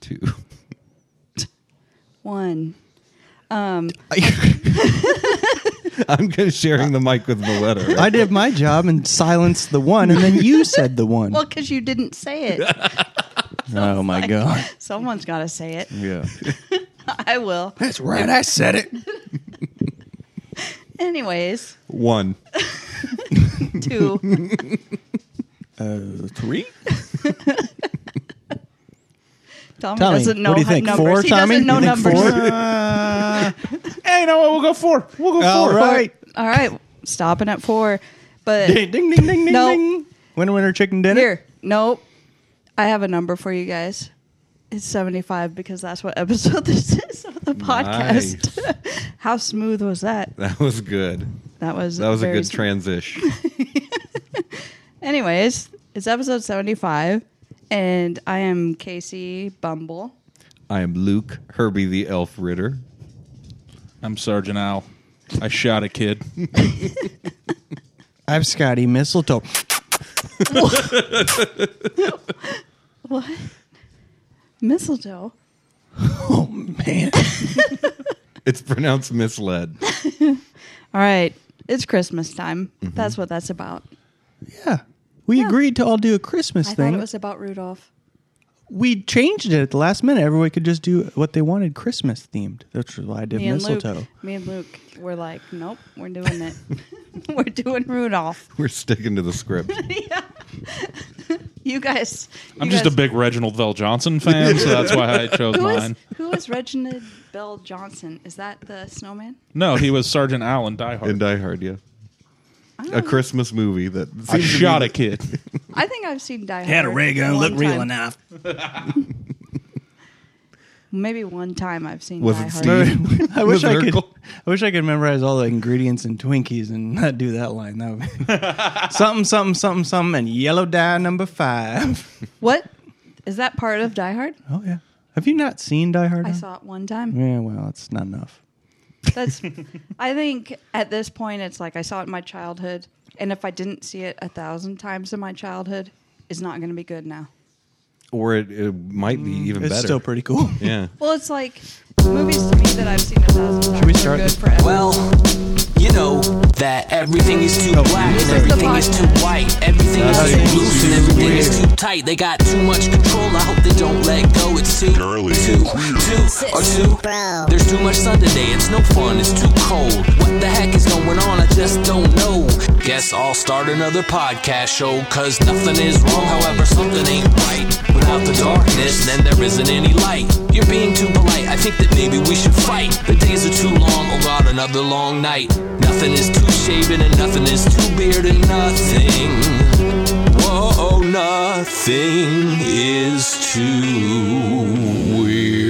two. One. Um, I'm just sharing the mic with Valletta. right? I did my job and silenced the one, and then you said the one. Well, because you didn't say it. oh my god! Someone's got to say it. Yeah, I will. that's right. I said it. Anyways, One. two. Three. Tommy, Tommy, doesn't know what do you think? numbers. Four, he Tommy? doesn't know You think numbers. four? Hey, you know what? We'll go four. We'll go All four. right. All right, stopping at four. But Ding ding ding ding ding. No. ding. Winner winner chicken dinner. here, nope. I have a number for you guys. It's 75 because that's what episode this is of the podcast. How smooth was that? That was good. That was That was a very good smooth. transition. Anyways, it's episode 75 and I am Casey Bumble. I am Luke Herbie the Elf Ritter. I'm Sergeant Owl. I shot a kid. I've Scotty mistletoe. What? Mistletoe. Oh man. It's pronounced misled. All right. It's Christmas time. Mm-hmm. That's what that's about. Yeah. We agreed to all do a Christmas I thing. thought it was about Rudolph. we changed it at the last minute. Everyone could just do what they wanted Christmas themed. That's why I did Me and mistletoe. Luke. Me and Luke were like, nope, we're doing it. we're doing Rudolph. We're sticking to the script. yeah. you guys. I'm you just a guys- big Reginald Vell Johnson fan, so that's why I chose Who mine. is, who is Reginald Bell Johnson? Is that the snowman? No, he was Sergeant Owl in Die Hard. And Die Hard, yeah. Oh. A Christmas movie that I seems to be shot the- a kid. I think I've seen Die Hard. Had a ray gun, one looked real time. enough. Maybe one time I've seen Was Die it Hard. Steve? I wish With I could. Urkel. I wish I could memorize all the ingredients in Twinkies and not do that line. That would be something, something, something, something, and yellow dye number five. What? Is that part of Die Hard? Oh yeah. Have you not seen Die Hard? I now? saw it one time. Yeah, well, that's not enough. That's. I think at this point, it's like I saw it in my childhood, and if I didn't see it a thousand times in my childhood, it's not going to be good now. Or it, it might Mm, be even It's better. still pretty cool. yeah. Well, it's like movies to me that I've seen a thousand times. Should we start Are the- good forever. Well, you know that everything is too black This and is the everything is too podcast. white. Everything is too loose and everything is too tight. They got too much control. I hope they don't let go. It's too, too, too, or too. There's too much sun today. It's no fun. It's too cold. What the heck is going on? I just don't know. Guess I'll start another podcast show. Cause nothing is wrong. However, something ain't right. Without the darkness, then there isn't any light. You're being too polite. I think that maybe we should fight. The days are too long. Oh God, another long night. Nothing is too shaven and nothing is too bearded. Nothing. Whoa, nothing is too weird.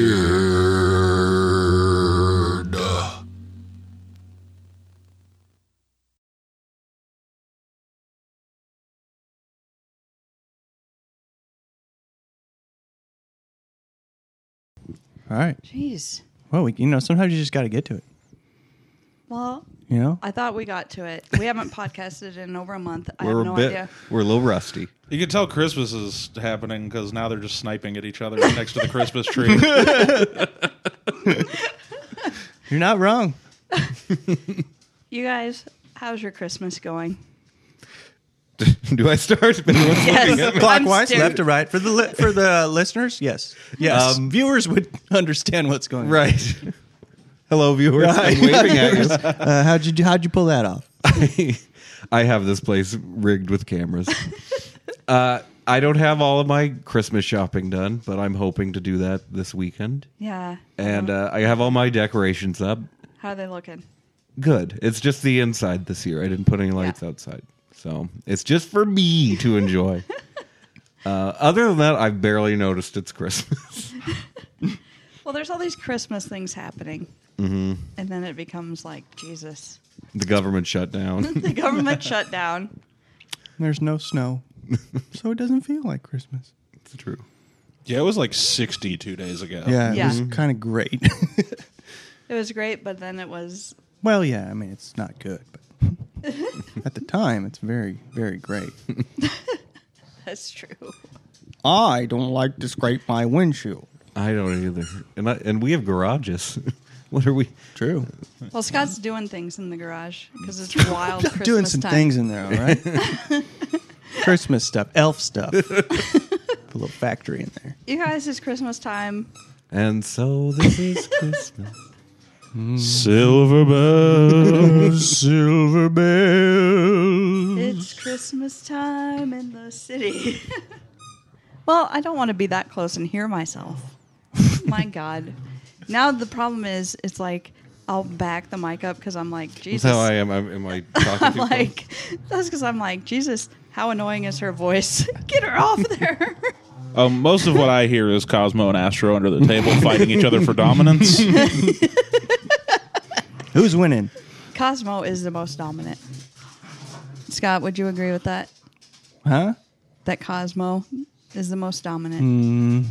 All right. Jeez. Well, we, you know, sometimes you just got to get to it. Well, You know, I thought we got to it. We haven't podcasted in over a month. I We're have no a bit idea. we're a little rusty. You can tell Christmas is happening because now they're just sniping at each other next to the Christmas tree. you're not wrong. You guys, how's your Christmas going? Do I start? Everyone's looking at me. Clockwise, I'm scared. left to right for the li- for the listeners. Yes, yes. Um, Viewers would understand what's going on. Right. Hello, viewers. I'm waving at you. Uh, how'd you do, how'd you pull that off? I have this place rigged with cameras. Uh, I don't have all of my Christmas shopping done, but I'm hoping to do that this weekend. Yeah. And uh, I have all my decorations up. How are they looking? Good. It's just the inside this year. I didn't put any lights Yeah. outside. So it's just for me to enjoy. uh, other than that, I've barely noticed it's Christmas. Well, there's all these Christmas things happening. And then it becomes like, Jesus, the government shutdown. the government shut down. There's no snow, so it doesn't feel like Christmas. it's true. yeah, it was like 62 days ago. Oh. Yeah, Mm-hmm. Yeah. it was kind of great. It was great, but then it was, well, yeah, I mean, it's not good, but at the time, it's very, very great. that's true. I don't like to scrape my windshield. I don't either. And I, and we have garages. what are we? True. Well, Scott's doing things in the garage because it's wild. Christmas doing some time. things in there, all right? Christmas stuff, elf stuff. Put a little factory in there. You guys, it's Christmas time. And so this is Christmas. Silver bells, silver bells. It's Christmas time in the city. well, I don't want to be that close and hear myself. My God. Now the problem is, it's like I'll back the mic up because I'm like, That's Jesus. how I am. I'm, am I talking I'm to like, that's because I'm like, Jesus, how annoying is her voice? Get her off there. Um, most of what I hear is Cosmo and Astro under the table fighting each other for dominance. Who's winning? Cosmo is the most dominant. Scott, would you agree with that? Huh? That Cosmo is the most dominant? Hmm.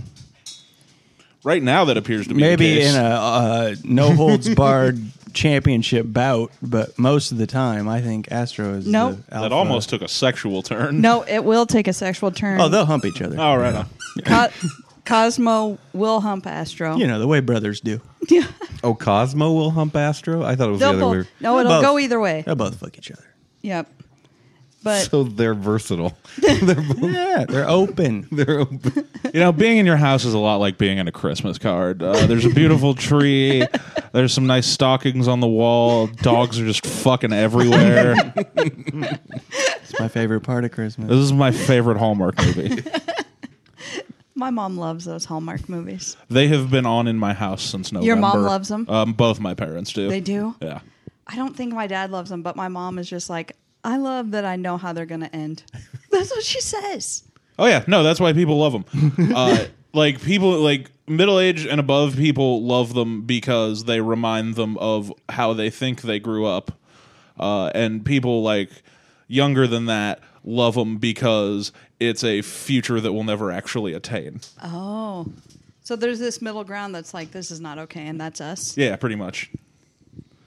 Right now, that appears to be the Maybe case. in a uh, no holds barred championship bout, but most of the time, I think Astro is. Nope. the that alpha. almost took a sexual turn. No, it will take a sexual turn. Oh, they'll hump each other. All right. Co- Cosmo will hump Astro. You know the way brothers do. Yeah. Oh, Cosmo will hump Astro. I thought it was They'll the other both, way. no, They'll it'll both- go either way. They'll both fuck each other. Yep. But So they're versatile. Yeah, they're open. They're open. You know, being in your house is a lot like being in a Christmas card. Uh, there's a beautiful tree. There's some nice stockings on the wall. Dogs are just fucking everywhere. It's my favorite part of Christmas. this is my favorite Hallmark movie. my mom loves those Hallmark movies. They have been on in my house since November. Your mom loves them? Um, both my parents do. They do? Yeah. I don't think my dad loves them, but my mom is just like, I love that I know how they're going to end. That's what she says. Oh yeah, no, that's why people love them. uh, like people, like middle aged and above people love them because they remind them of how they think they grew up, uh, and people like younger than that love them because it's a future that we'll never actually attain. Oh. So there's this middle ground that's like, this is not okay, and that's us. Yeah, pretty much.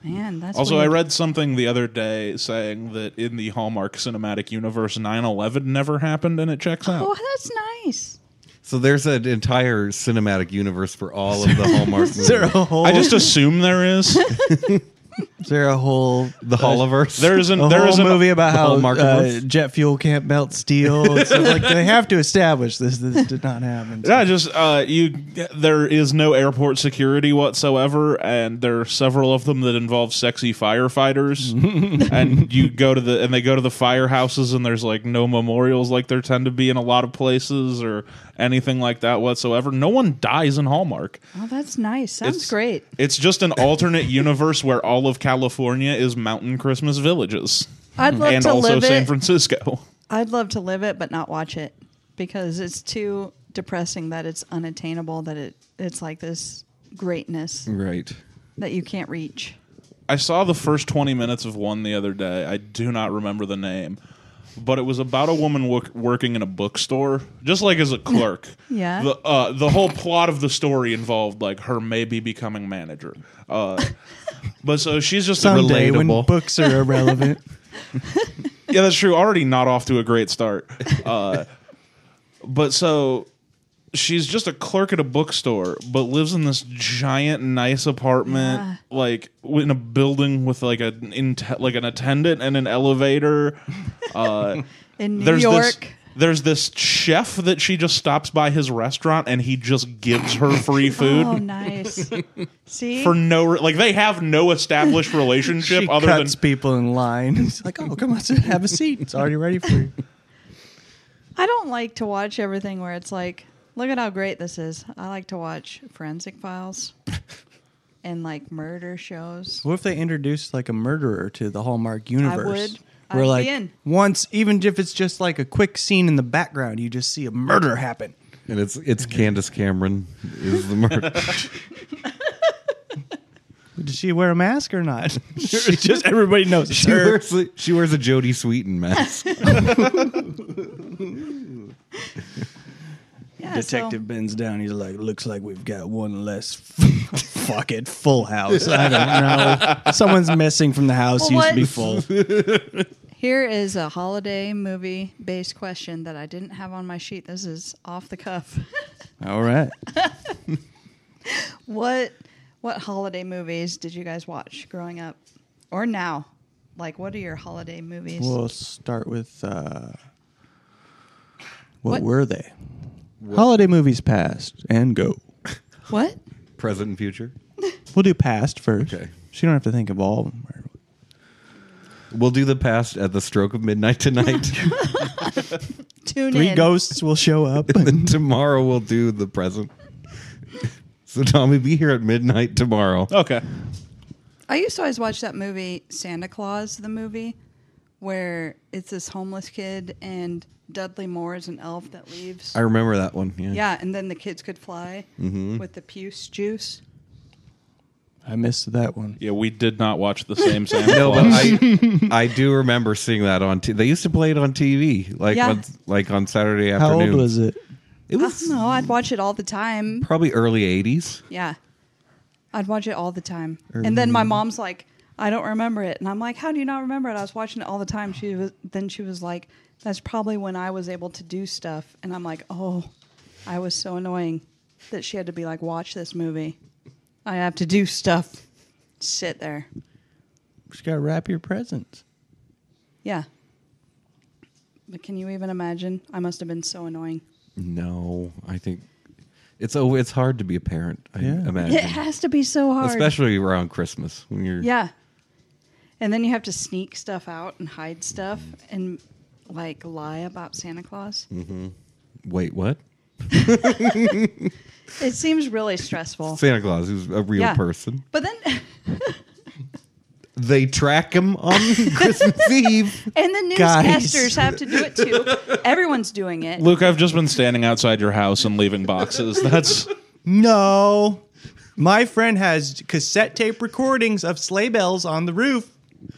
Man, that's Also, I weird. read something the other day saying that in the Hallmark cinematic universe, 9-11 never happened, and it checks out. Oh, that's nice. So there's an entire cinematic universe for all of the Hallmark movies. Is there a whole? I just assume there is. is there a whole? the Holliverse. There's an a there whole is an movie about how Hallmark uh, movies? jet fuel can't melt steel. It's like they have to establish this. This did not happen. Yeah, just uh, you. There is no airport security whatsoever, and there are several of them that involve sexy firefighters. and you go to the and they go to the firehouses, and there's like no memorials like there tend to be in a lot of places or anything like that whatsoever. No one dies in Hallmark. Oh, that's nice. Sounds It's- great. It's just an alternate universe where all of California is mountain Christmas villages, I'd love and to also live San it. Francisco. I'd love to live it, but not watch it because it's too depressing that it's unattainable. That it it's like this greatness Mm. right. that you can't reach. I saw the first 20 minutes of one the other day. I do not remember the name, but it was about a woman wo- working in a bookstore, just like as a clerk. Yeah. The uh, the whole plot of the story involved like her maybe becoming manager. Uh, but so she's just a Someday when Relatable. books are irrelevant, yeah, that's true. Already not off to a great start. Uh, but so she's just a clerk at a bookstore, but lives in this giant, nice apartment, Yeah. like in a building with like an inte- like an attendant and an elevator. Uh, In New there's York, this. There's this chef that she just stops by his restaurant and he just gives her free food oh nice. See, for no re- like they have no established relationship she other than cuts people in line. It's like, oh, come on, sit, have a seat. It's already ready for you. I don't like to watch everything where it's like, look at how great this is. I like to watch forensic files and like murder shows. What if they introduced like a murderer to the Hallmark universe? would. I'd Where be like in. once, even if it's just like a quick scene in the background, you just see a murder happen. And it's it's Candace Cameron is the murder. Does she wear a mask or not? It's just everybody knows. it's she her. wears she wears a Jodie Sweetin mask. Yeah, so- Detective bends down. He's like, "Looks like we've got one less." fuck it, full house. I don't know. Someone's missing from the house. Well, used what- to be full. Here is a holiday movie based question that I didn't have on my sheet. This is off the cuff. All right. What what holiday movies did you guys watch growing up or now? Like, what are your holiday movies? We'll start with uh, what, What? were they? Holiday movies past and go. What? Present and future. We'll do past first. Okay. So you don't have to think of all of them. right? We'll do the past at the stroke of midnight tonight. Tune Three in. ghosts will show up. then tomorrow we'll do the present. So Tommy, be here at midnight tomorrow. Okay. I used to always watch that movie Santa Claus, the movie, where it's this homeless kid and Dudley Moore is an elf that leaves. I remember Mm-hmm. that one. Yeah. yeah, and then the kids could fly with the puce juice. I missed that one. Yeah, we did not watch the same Santa No, Oh, but Claus. I I do remember seeing that on. T- they used to play it on TV, like Yeah. on like on Saturday How afternoon. old was it? It I was don't know. I'd watch it all the time. probably early '80s. Yeah. I'd watch it all the time. And then my mom's like, I don't remember it. And I'm like, how do you not remember it? I was watching it all the time. She was then she was like, that's probably when I was able to do stuff. And I'm like, oh, I was so annoying that she had to be like, watch this movie. I have to do stuff. Sit there. Just gotta wrap your presents. Yeah. But can you even imagine? I must have been so annoying. No, I think it's oh, it's hard to be a parent. I Yeah. imagine, It has to be so hard. especially around Christmas when you're. Yeah. And then you have to sneak stuff out and hide stuff and like lie about Santa Claus. Wait, what? It seems really stressful. Santa Claus is a real Oh. Yeah. person. But then They track him on Christmas Eve. and the Guys. newscasters have to do it too. Everyone's doing it. Luke, I've just been standing outside your house and leaving boxes. That's No. My friend has cassette tape recordings of sleigh bells on the roof.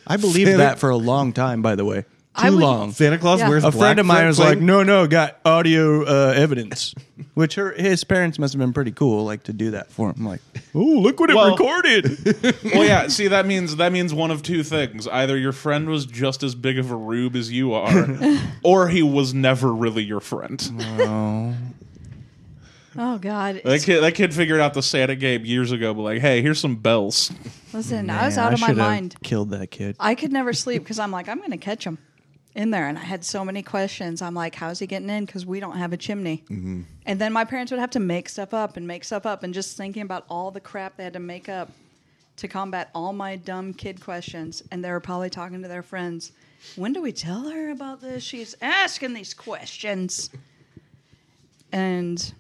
I believed Santa- that for a long time, by the way. Too I would- long. Santa Claus Yeah. wears a black friend of mine for was playing- like, "No, no, got audio uh, evidence," which her his parents must have been pretty cool, like to do that for him. Like, oh, look what Well- it recorded. well, yeah. See, that means that means one of two things: either your friend was just as big of a rube as you are, or he was never really your friend. Oh God. That It's- kid, that kid figured out the Santa game years ago. But like, hey, here's some bells. Listen, I was Man, out of my should've mind. Killed that kid. I could never sleep because I'm like, I'm going to catch him in there. And I had so many questions. I'm like, how's he getting in? Because we don't have a chimney. Mm-hmm. And then my parents would have to make stuff up and make stuff up and just thinking about all the crap they had to make up to combat all my dumb kid questions. And they were probably talking to their friends. When do we tell her about this? She's asking these questions. And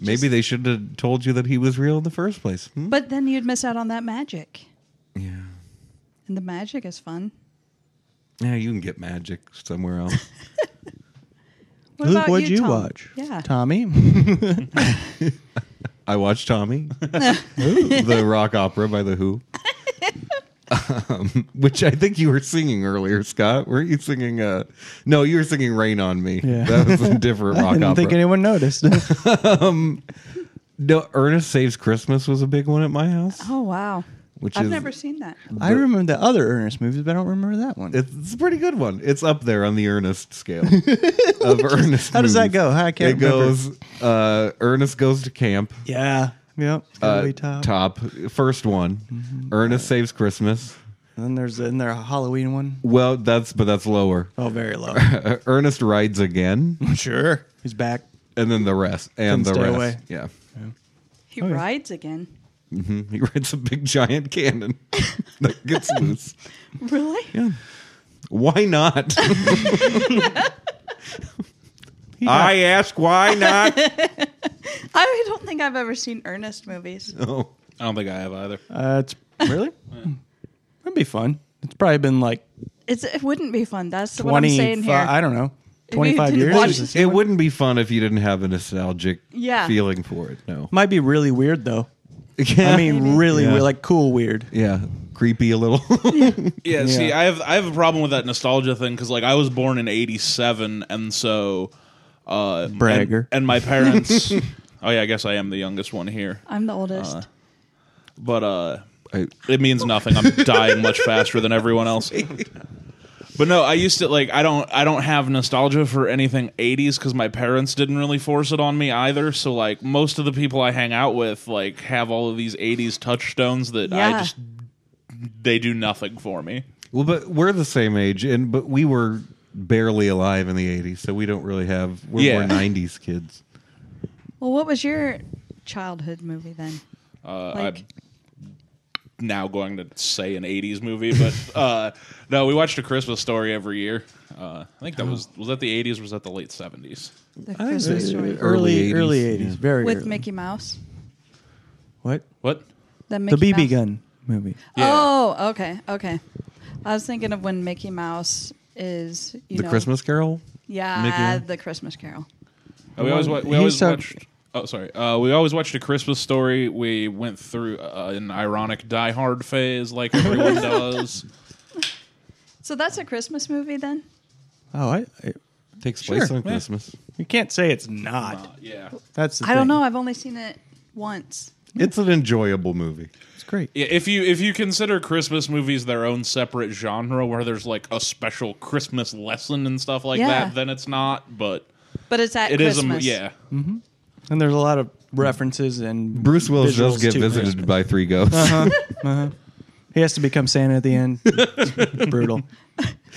Maybe they should have told you that he was real in the first place. Hmm? but then you'd miss out on that magic. Yeah. And the magic is fun. Yeah, you can get magic somewhere else. What Luke, about what'd you, Tom? watch? Yeah. Tommy. I watched Tommy, Ooh, the rock opera by The Who, um, which I think you were singing earlier, Scott. Were you singing? Uh, no, you were singing "Rain on Me." Yeah. That was a different I rock didn't opera. think anyone noticed. no, Ernest Saves Christmas was a big one at my house, Oh, wow. which I've is never seen that. I remember the other Ernest movies, but I don't remember that one. It's, it's a pretty good one. It's up there on the Ernest scale of Ernest. How does movies. that go? I can't It remember. goes. Uh, Ernest goes to camp. yeah. Yep. Uh, Way top. Mm-hmm. top first one. Ernest saves Christmas. And then there's in there a Halloween one. Well, that's but that's lower. Oh, very low. Uh, Ernest rides again, sure. He's back. and then the rest, and Couldn't the stay rest. away. Yeah, He yeah. rides again. he rides a big giant cannon that gets loose. Really? Why not? I ask why not. I don't think I've ever seen Ernest movies. oh, I don't think I have either. Uh, it's really. That'd be fun. It's probably been like It's, it wouldn't be fun. That's what I'm saying twenty. here. I don't know. Twenty five did years. watch- is this- it wouldn't be fun if you didn't have a nostalgic Yeah. feeling for it. No, Might be really weird though. yeah. I mean, really Yeah. weird, like cool weird. yeah, creepy a little. Yeah, see, Yeah. I have I have a problem with that nostalgia thing because like I was born in '87, and so uh, Bragger. and, and my parents. oh yeah, I guess I am the youngest one here, I'm the oldest. but uh, I- it means nothing. I'm dying much faster than everyone else. But no, I used to like I don't I don't have nostalgia for anything 80s cuz my parents didn't really force it on me either. So like most of the people I hang out with like have all of these 80s touchstones that I Yeah. just they do nothing for me. Well, but we're the same age, and but we were barely alive in the '80s, so we don't really have. We're Yeah. more '90s kids. Well, what was your childhood movie then? Uh, Like- I'm now going to say an 80s movie, but uh no, we watched a Christmas story every year. Uh I think Oh. that was was that the 80s or was that the late 70s? The Christmas story Early early 80s, early yeah. 80s, very with early. Mickey Mouse. What? What? The, The Mickey BB Mouse- gun movie. Yeah. Oh, okay, okay. I was thinking of when Mickey Mouse is you the know, Christmas Carol. Yeah, Mickey- the Christmas Carol. Uh, we always wa- we He always said- watched. Oh, sorry. Uh, we always watched a Christmas story. We went through uh, an ironic Die Hard phase, like everyone does. So that's a Christmas movie then. Oh, I, I, Takes Sure, place on yeah. Christmas. you can't say it's not. Uh, yeah, That's the I don't thing. know. I've only seen it once. It's an enjoyable movie. It's great. yeah. If you if you consider Christmas movies their own separate genre, where there's like a special Christmas lesson and stuff like Yeah. that, then it's not. But But it's at it is. Christmas. a yeah. And there's a lot of references and Bruce Willis visuals does get to visited Christmas. by three ghosts. Uh-huh. He has to become Santa at the end. It's brutal.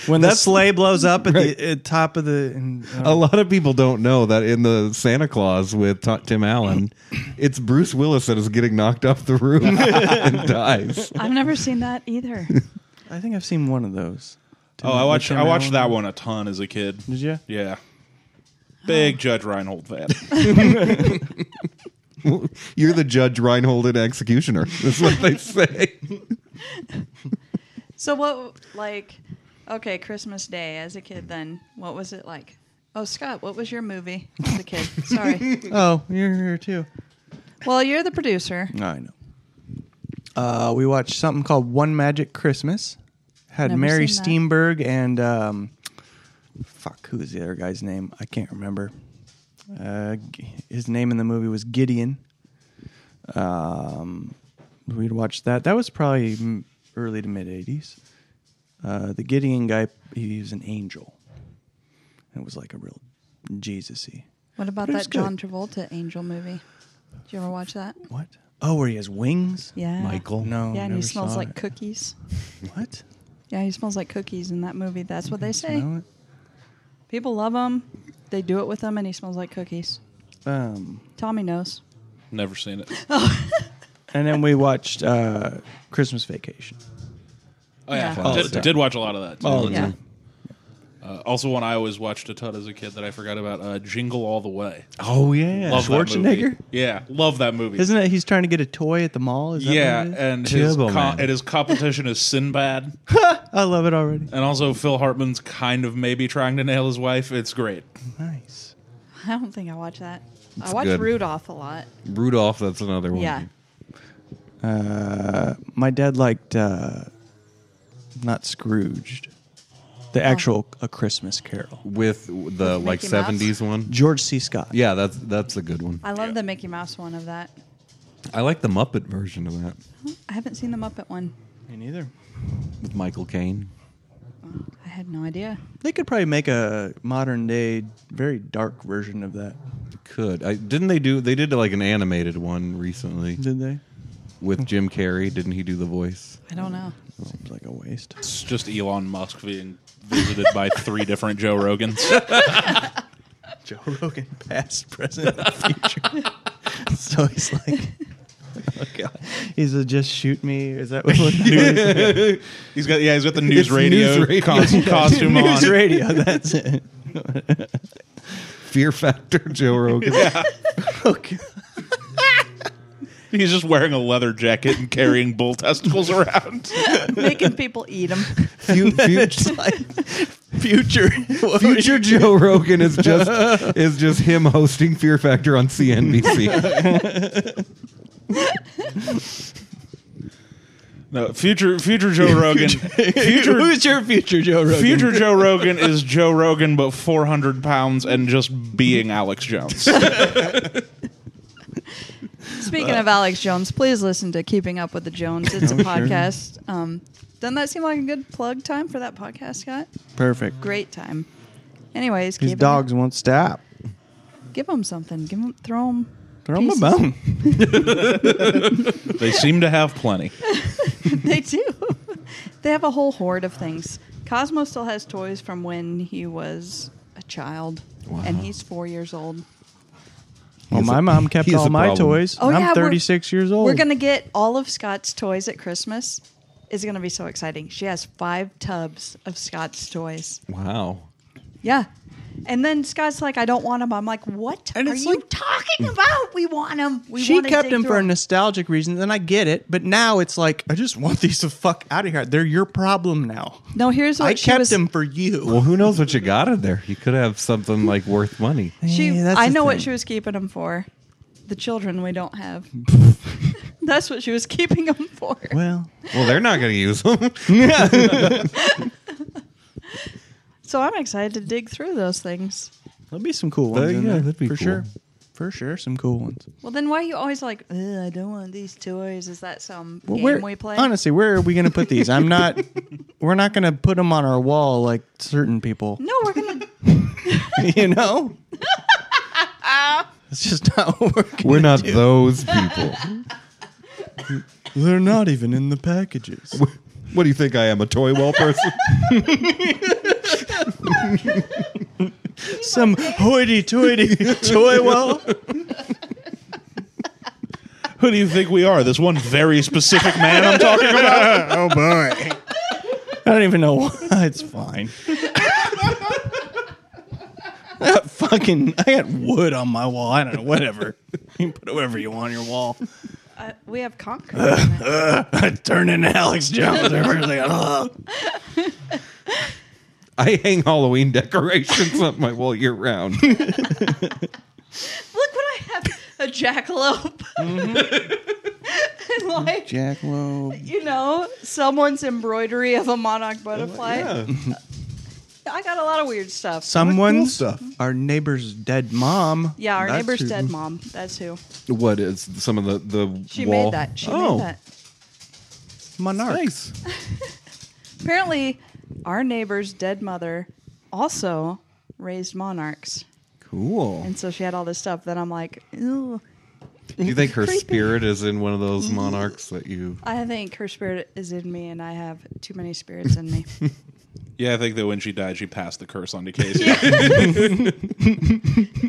When the sleigh blows up at the at top of the and, A uh, lot of people don't know that in the Santa Claus with Ta Tim Allen, it's Bruce Willis that is getting knocked off the roof and dies. I've never seen that either. I think I've seen one of those. Oh, I watched Tim I watched Allen? that one a ton as a kid. Did you? Yeah. Big Judge Reinhold fan. You're the judge, Reinhold, and executioner. That's what they say. So what like okay, Christmas Day as a kid then, what was it like? Oh Scott, what was your movie as a kid? Sorry. Oh, you're here too. Well, you're the producer. I know. Uh, we watched something called One Magic Christmas. Had Never Mary seen that. Steenburg and um, fuck, who was the other guy's name? I can't remember. Uh, G- his name in the movie was Gideon. Um, we'd watched that. That was probably m- early to mid '80s. Uh, the Gideon guy, he was an angel. It was like a real Jesus-y. What about But it was that John good. Travolta angel movie? Did you ever watch that? What? Oh, where he has wings? Yeah. No. Yeah, and never he smells saw like it. cookies. What? Yeah, he smells like cookies in that movie. That's what they say. Smell it? People love him. They do it with him, and he smells like cookies. Um, Tommy knows. Never seen it. and then we watched uh, Christmas Vacation. Oh yeah, Yeah. All the Did, time. did watch a lot of that. Too. Oh, Yeah. Uh, also, one I always watched a ton as a kid that I forgot about, uh, Jingle All the Way. Oh yeah, Love that movie. Schwarzenegger? Yeah, love that movie. Isn't it? He's trying to get a toy at the mall. Is that yeah, what it is? and his, Turbo co- Man. and his competition is Sinbad, I love it already. and also Phil Hartman's kind of maybe trying to nail his wife. It's great. Nice. I don't think I watch that. I watch good. Rudolph a lot. Rudolph. That's another one. Yeah. Uh, my dad liked uh, not Scrooged, the Oh. actual A Christmas Carol. with the With like Mickey Mouse? '70s one. George C. Scott. Yeah, that's that's a good one. I love Yeah. the Mickey Mouse one of that. I like the Muppet version of that I haven't seen the Muppet one. Me neither. with Michael Caine. I had no idea. They could probably make a modern day, very dark version of that. Could I? Didn't they do? They did like an animated one recently Did they? with Jim Carrey. Didn't he do the voice? I don't know. Seems like a waste. It's just Elon Musk being visited by three different Joe Rogans. Joe Rogan, past, present, and future. so he's like, oh God. he's a just shoot me. Is that what news, He's got yeah, he's got the news It's radio, news radio. cos- costume news on. radio? That's it. Fear Factor Joe Rogan. Oh God. He's just wearing a leather jacket and carrying bull testicles around. Making people eat them. Fu- fu- It's like future. What was future Joe Rogan is just is just him hosting Fear Factor on CNBC. No, future future Joe Rogan. your- Future Who's your future Joe Rogan? Future Joe Rogan is Joe Rogan, but 400 pounds and just being Alex Jones. So Speaking of Alex Jones, please listen to Keeping Up with the Jones. It's a Oh, sure. podcast. Um, doesn't that seem like a good plug time for that podcast, Scott? Perfect. Great time. Anyways, These keep it dogs won't stop. up. Give them something. Give them. Throw them. Throw them a Pieces. bone. They seem to have plenty. they do. they have a whole horde of things. Cosmo still has toys from when he was a child, and he's four years old. Well, He's my a- mom kept he's all a my problem. toys. Oh, I'm yeah, we're- 36 years old. We're gonna get all of Scott's toys at Christmas. Is gonna be so exciting. She has five tubs of Scott's toys. Wow. Yeah. And then Scott's like, I don't want them. I'm like, what And are it's you like- talking about? We want them. We she wanna kept dig them through for 'em." nostalgic reasons, and I get it. But now it's like I just want these to fuck out of here. They're your problem now. No, here's what I she kept was- them for you. Well, who knows what you got in there? You could have something like worth money. She, Yeah, that's I the know thing. what she was keeping them for. The children we don't have. That's what she was keeping them for. well, Well, they're not going to use them. So I'm excited to dig through those things. there'll be some cool ones. yeah, in there, that'd be for cool. sure. For sure, some cool ones. Well, then why are you always like, "Ugh, I don't want these toys? Is that some Well, game where, we play? Honestly, where are we going to put these? I'm not. we're not going to put them on our wall like certain people. No, we're gonna. you know. It's just not what we're gonna We're not do. those people. They're not even in the packages. What do you think I am, a toy well person? Some hoity-toity toy well. Who do you think we are? This one very specific man I'm talking about. oh boy. I don't even know why. It's fine. I got fucking, I got wood on my wall. I don't know, whatever. You can put whatever you want on your wall. Uh, we have concrete. in it. Turn into Alex Jones. Everybody's like, "Ugh." I hang Halloween decorations up my wall year round. It's Look what I have: a jackalope. and like, Jack Loeb. you know, someone's embroidery of a monarch butterfly. Uh, I got a lot of weird stuff. Someone's stuff. our neighbor's dead mom. yeah, our That's neighbor's who- dead mom. That's who. What is some of the the She wall? made that. She oh, made that. Monarch. nice. Apparently, our neighbor's dead mother also raised monarchs. Cool. And so she had all this stuff that I'm like, ooh. Do you think her spirit is in one of those Mm-hmm. monarchs that you? I think her spirit is in me, and I have too many spirits in me. Yeah, I think that when she died, she passed the curse on to Casey.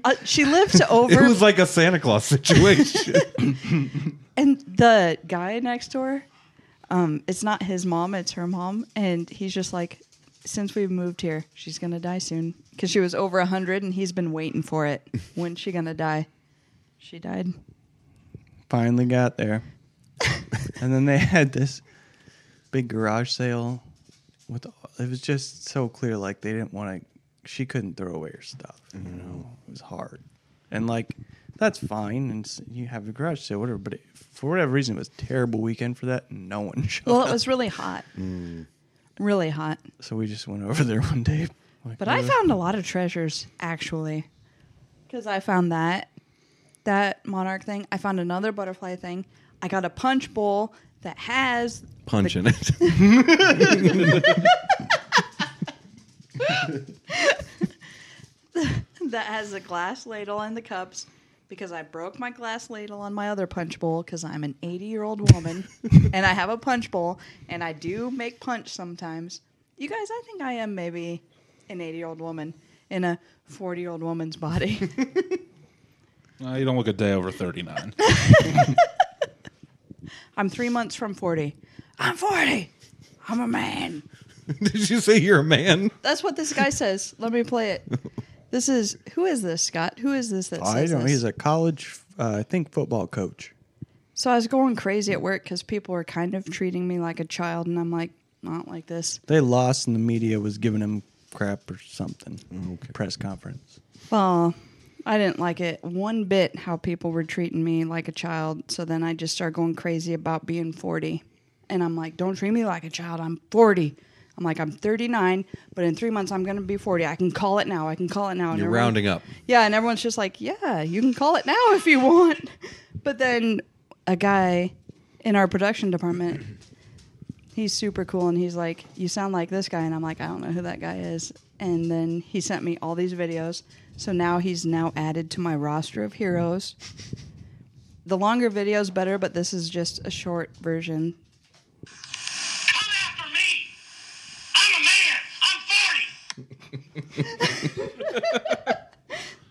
uh, she lived It over, was like a Santa Claus situation. and the guy next door, um, it's not his mom, it's her mom, and he's just like, since we've moved here, she's gonna die soon because she was over hundred, and he's been waiting for it. When's she gonna die? She died. Finally got there. and then they had this big garage sale with it was just so clear like they didn't want to she couldn't throw away her stuff, you know. It was hard. And like that's fine and s- you have a garage sale whatever, but it, for whatever reason it was a terrible weekend for that and no one showed Well, up. it was really hot, Mm. really hot. so we just went over there one day. Like, But I uh, found a lot of treasures actually, because I found that that monarch thing. I found another butterfly thing. I got a punch bowl that has Punch in it. that has the glass ladle and the cups because I broke my glass ladle on my other punch bowl because I'm an 80 year old woman and I have a punch bowl and I do make punch sometimes. You guys, I think I am maybe an 80 year old woman in a 40 year old woman's body. Uh, you don't look a day over 39. I'm three months from 40. I'm 40. I'm a man. Did you say you're a man? That's what this guy says. Let me play it. This is who is this Scott? Who is this? That I says don't know. this? He's a college, uh, I think, football coach. so I was going crazy at work because people were kind of treating me like a child, and I'm like, not like this. They lost, and the media was giving him crap or something. Press conference. Well, I didn't like it one bit how people were treating me like a child. So then I just started going crazy about being 40. And I'm like, don't treat me like a child. I'm 40. I'm like, I'm 39, but in three months I'm going to be 40. I can call it now. I can call it now. And You're everyone- rounding up. Yeah. And everyone's just like, yeah, you can call it now if you want. But then a guy in our production department. He's super cool, and he's like, "You sound like this guy," and I'm like, "I don't know who that guy is." And then he sent me all these videos, so now he's now added to my roster of heroes. The longer videos better, but this is just a short version. Come after me. I'm a man. I'm 40.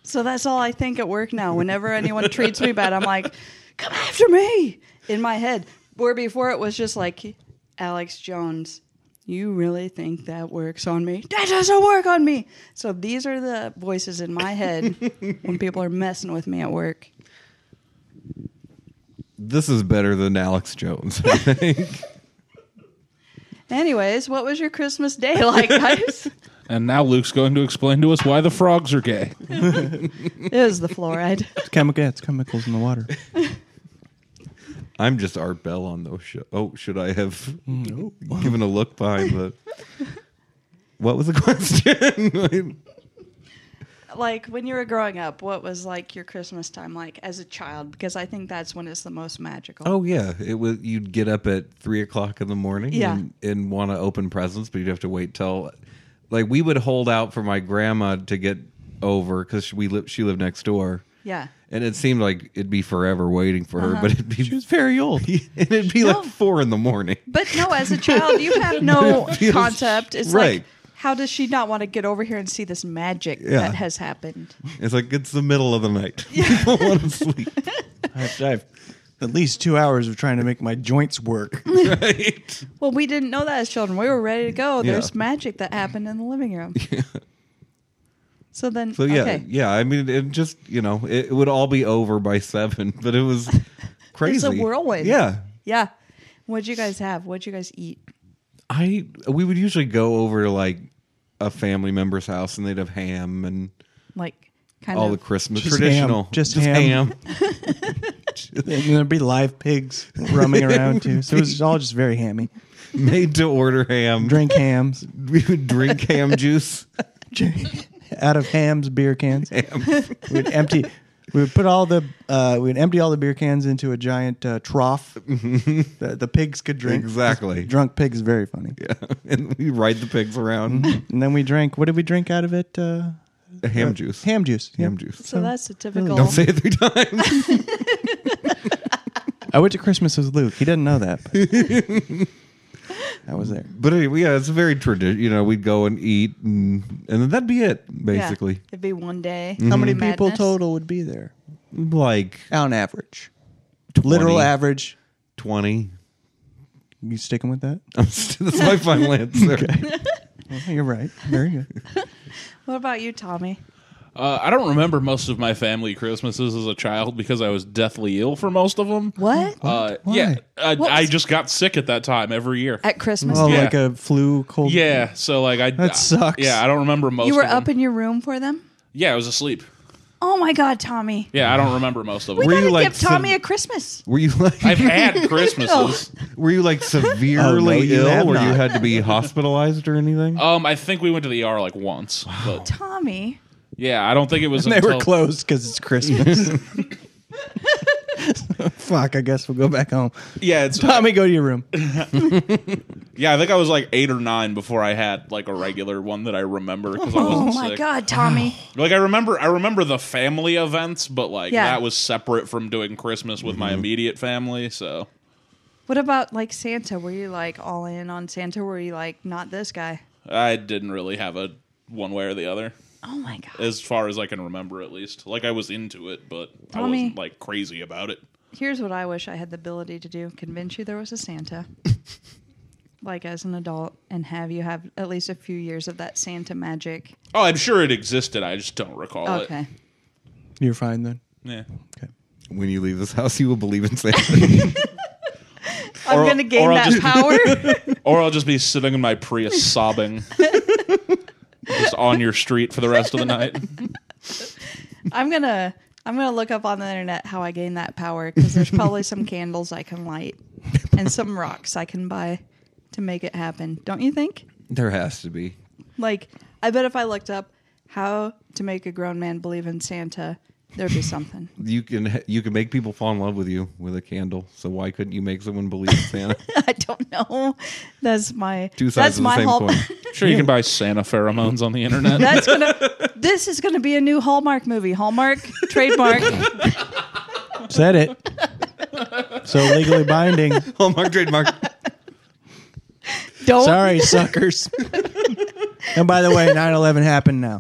So that's all I think at work now. Whenever anyone treats me bad, I'm like, "Come after me!" in my head. Where before it was just like, "Alex Jones, you really think that works on me? That doesn't work on me." So these are the voices in my head when people are messing with me at work. This is better than Alex Jones. I think. Anyways, what was your Christmas day like, guys? And now Luke's going to explain to us why the frogs are gay. it was the fluoride. It's chemical. yeah, it's chemicals in the water. I'm just Art Bell on those shows. Oh, should I have given a look behind the? What was the question? Like when you were growing up, what was like your Christmas time like as a child? Because I think that's when it's the most magical. Oh yeah, it was. You'd get up at three o'clock in the morning, Yeah. and, and want to open presents, but you'd have to wait till, like, we would hold out for my grandma to get over because we lived. She lived next door, yeah. and it seemed like it'd be forever waiting for her, but it'd be She was very old. and it'd be No. like four in the morning. But no, as a child, you have no feels- concept. It's like, right. how does she not want to get over here and see this magic Yeah. that has happened? It's like it's the middle of the night. People want to sleep. I've, I've at least two hours of trying to make my joints work. Right? Well, we didn't know that as children. We were ready to go. Yeah. There's magic that happened in the living room. So then, So yeah, okay. yeah. I mean, it just you know, it, it would all be over by seven, but it was crazy. whirlwind. Yeah, Yeah. What'd you guys have? What'd you guys eat? I we would usually go over to like a family member's house, and they'd have ham and Like, kind all of. the Christmas Just traditional, ham. Just ham. ham. And there'd be live pigs roaming around too. So it was all just very hammy. made to order ham. Drink hams. we would drink ham juice. Drink- Out of hams, beer cans. We'd empty. We would put all the uh, we'd empty all the beer cans into a giant uh, trough that the pigs could drink. Exactly. Drunk pig is very funny. and we ride the pigs around. And then we drank. What did we drink out of it? Uh, Ham juice. Ham juice. Ham yeah. juice. so that's a typical. Don't say it three times. I went to Christmas with Luke. He didn't know that. But I was there. But anyway, yeah, it's very traditional. You know, we'd go and eat, and, and then that'd be it, Yeah. basically. Mm-hmm. It'd be one day. How many people Madness. total would be there? Like On average, literal 20. average. 20. You sticking with that? I'm st- that's my final answer. Well, Oh, you're right. Very good. What about you, Tommy? Uh, I don't remember most of my family Christmases as a child because I was deathly ill for most of them. What? Uh, Why? Yeah, I, What I was- just got sick at that time every year. At Christmas? Oh, Yeah. like a flu cold. yeah, so like I That sucks. Yeah, I don't remember most. you were of them. up in your room for them? yeah, I was asleep. Oh my God, Tommy. Yeah, I don't remember most of We them. Were you, gotta like, give Tommy some- a Christmas. Were you like I've had Christmases. were you like severely you ill have where you not. had to be hospitalized or anything? Um, I think we went to the ER like once, but Tommy. yeah, I don't think it was. They until, were closed because it's Christmas. Fuck, I guess we'll go back home. Yeah, it's Tommy, go to your room. yeah. I think I was like eight or nine before I had like a regular one that I remember because I Oh wasn't my sick. God, Tommy. Like I remember, I remember the family events, but like Yeah. Mm-hmm. that was separate from doing Christmas with my immediate family. So What about like Santa? Were you like all in on Santa? Were you like not this guy? I didn't really have a one way or the other, Oh my god! as far as I can remember, at least. Like I was into it, but I Tommy. wasn't like crazy about it. Here's what I wish I had the ability to do: convince you there was a Santa, like as an adult, and have you have at least a few years of that Santa magic. Oh, I'm sure it existed. I just don't recall Okay, it. You're fine then. Yeah. Okay. When you leave this house, you will believe in Santa. I'm Or- gonna gain or I'll that just- power. Or I'll just be sitting in my Prius sobbing, just on your street for the rest of the night. I'm gonna I'm gonna look up on the internet how I gain that power because there's probably some candles I can light and some rocks I can buy to make it happen. Don't you think? there has to be. Like, I bet if I looked up how to make a grown man believe in Santa, There'd be something. You can you can make people fall in love with you with a candle. So why couldn't you make someone believe in Santa? I don't know. That's my Two sides of that's the my same hall- coin. Sure, you can buy Santa pheromones on the internet. That's gonna. This is gonna be a new Hallmark movie. Hallmark trademark. Said it. so legally binding. Hallmark trademark. Don't. Sorry, suckers. and by the way, 9-11 happened now.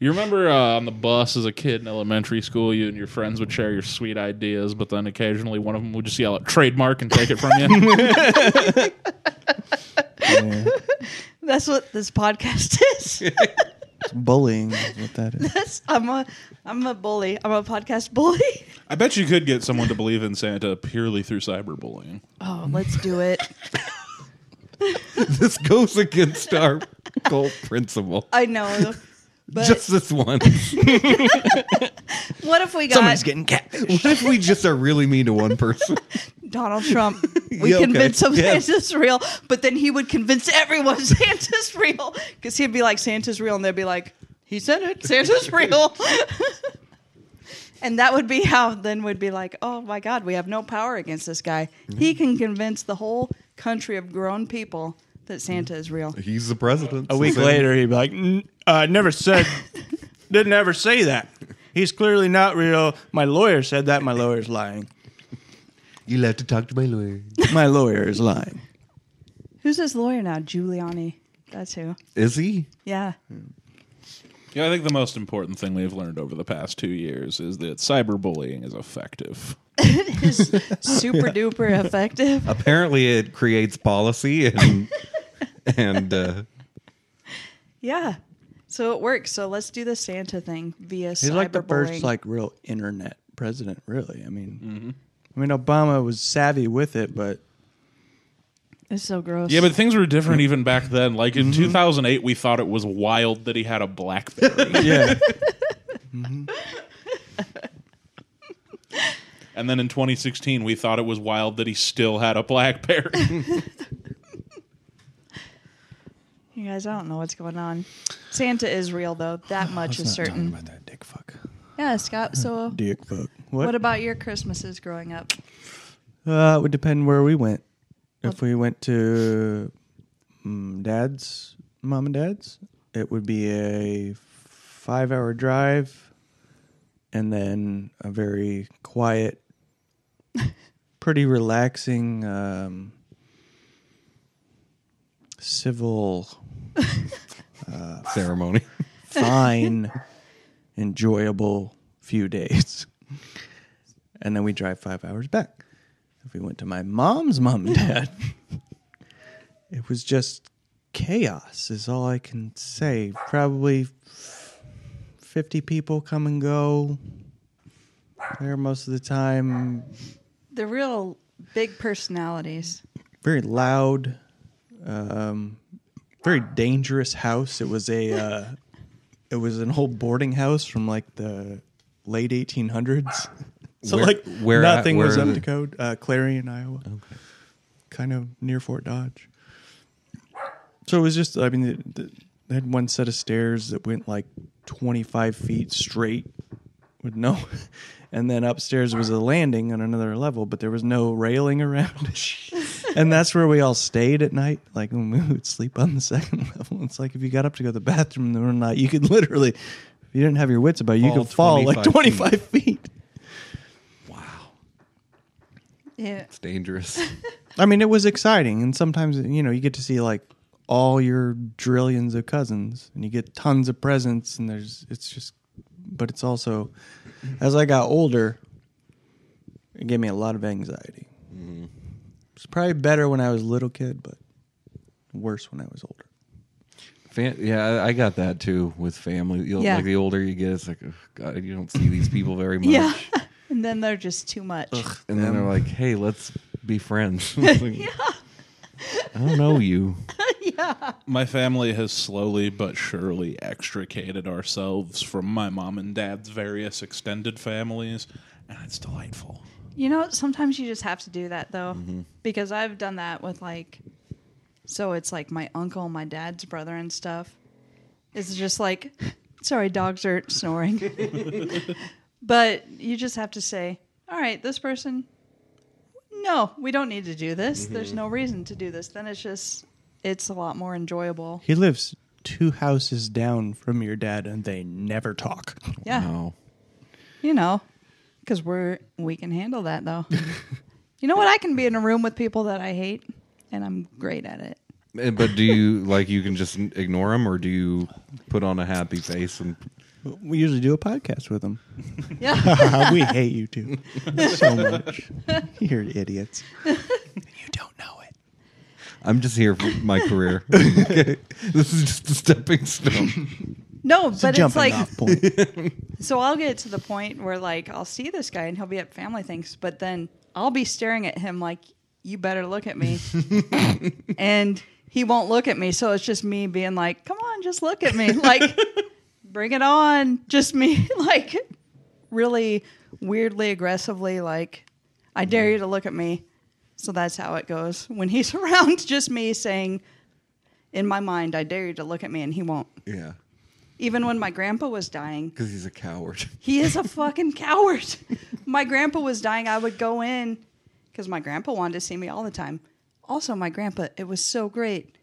You remember uh, on the bus as a kid in elementary school, you and your friends would share your sweet ideas, but then occasionally one of them would just yell out trademark and take it from you. Yeah. That's what this podcast is. It's bullying is what that is. That's- I'm a I'm a bully. I'm a podcast bully. I bet you could get someone to believe in Santa purely through cyberbullying. Oh, let's do it. this goes against our goal principle. I know. But Just this one. what if we got getting catfish. What if we just are really mean to one person? Donald Trump? We Yeah, okay. convince him Yeah. Santa's real, but then he would convince everyone Santa's real because he'd be like Santa's real, and they'd be like, he said it. Santa's real. And that would be how then would be like, oh my God, we have no power against this guy. He can convince the whole country of grown people that Santa is real. He's the president. A week So- later, he'd be like, "N- "I never said, didn't ever say that. He's clearly not real. My lawyer said that. My lawyer's lying. you'll have to talk to my lawyer. My lawyer is lying." Who's his lawyer now? Giuliani. That's who. Is he? Yeah. Yeah, I think the most important thing we've learned over the past two years is that cyberbullying is effective. Super duper effective. Apparently, it creates policy and and uh, Yeah. So it works. So let's do the Santa thing via He's like the cyberbullying. first like real internet president, really. I mean, I mean Obama was savvy with it, but it's so gross. Yeah, but things were different even back then. Like in 2008, we thought it was wild that he had a Blackberry. yeah, and then in 2016, we thought it was wild that he still had a Blackberry. you guys, I don't know what's going on. Santa is real though. That much is Mm. certain. about that dick fuck, Yeah, Scott. So dick fuck. What? what about your Christmases growing up? uh, it would depend where we went. If we went to mm, dad's, mom and dad's, it would be a five-hour drive, and then a very quiet, pretty relaxing, um, civil ceremony. fine, enjoyable few days. And then we drive five hours back. If we went to my mom's mom and dad, it was just chaos, is all I can say. Probably 50 people come and go there most of the time. The real big personalities. Very loud, um, very dangerous house. It was a. Uh, it was an old boarding house from like the late 1800s. So Where- like where at- nothing where was up the- to code. Uh, Clarion, Iowa, kind of near Fort Dodge. So it was just. I mean, the, the, they had one set of stairs that went like 25 feet straight with no, and then upstairs was a landing on another level, but there was no railing around. and that's where we all stayed at night. Like when we would sleep on the second level, it's like if you got up to go to the bathroom in the middle of the night, you could literally, if you didn't have your wits about you, you Fall could fall like 25 25 feet. Yeah. It's dangerous. I mean, it was exciting, and sometimes you know you get to see like all your trillions of cousins, and you get tons of presents, and there's it's just, but it's also, as I got older, it gave me a lot of anxiety. It's probably better when I was a little kid, but worse when I was older. Fan- yeah, I I got that too with family. You know, Yeah. Like the older you get, it's like, oh, God, you don't see these people very much. Yeah. And then they're just too much. And then they're like, hey, let's be friends. yeah. I don't know you. my family has slowly but surely extricated ourselves from my mom and dad's various extended families, and it's delightful. You know, sometimes you just have to do that though, because I've done that with like, so it's like my uncle, my dad's brother, and stuff. It's just like Sorry, dogs are snoring. but you just have to say, all right, this person, no, we don't need to do this. There's no reason to do this. Then it's just, it's a lot more enjoyable. He lives two houses down from your dad, and they never talk. Yeah. Oh. You know, because we're, we can handle that though. you know what? I can be in a room with people that I hate and I'm great at it. Eh, But do you like you can just ignore them, or do you put on a happy face and We usually do a podcast with him. Yeah. we hate you two so much. You're idiots. you don't know it. I'm just here for my career. This is just a stepping stone. no, but it's Jumping like, off point. So I'll get to the point where like I'll see this guy and he'll be at family things, but then I'll be staring at him like you better look at me. and he won't look at me, so it's just me being like, "Come on, just look at me." Like bring it on. Just me like really weirdly aggressively like I dare you to look at me. So that's how it goes. When he's around, just me saying in my mind, "I dare you to look at me," and he won't. Yeah, Even when my grandpa was dying, because he's a coward. he is a fucking coward. My grandpa was dying. I would go in because my grandpa wanted to see me all the time. Also, my grandpa, it was so great.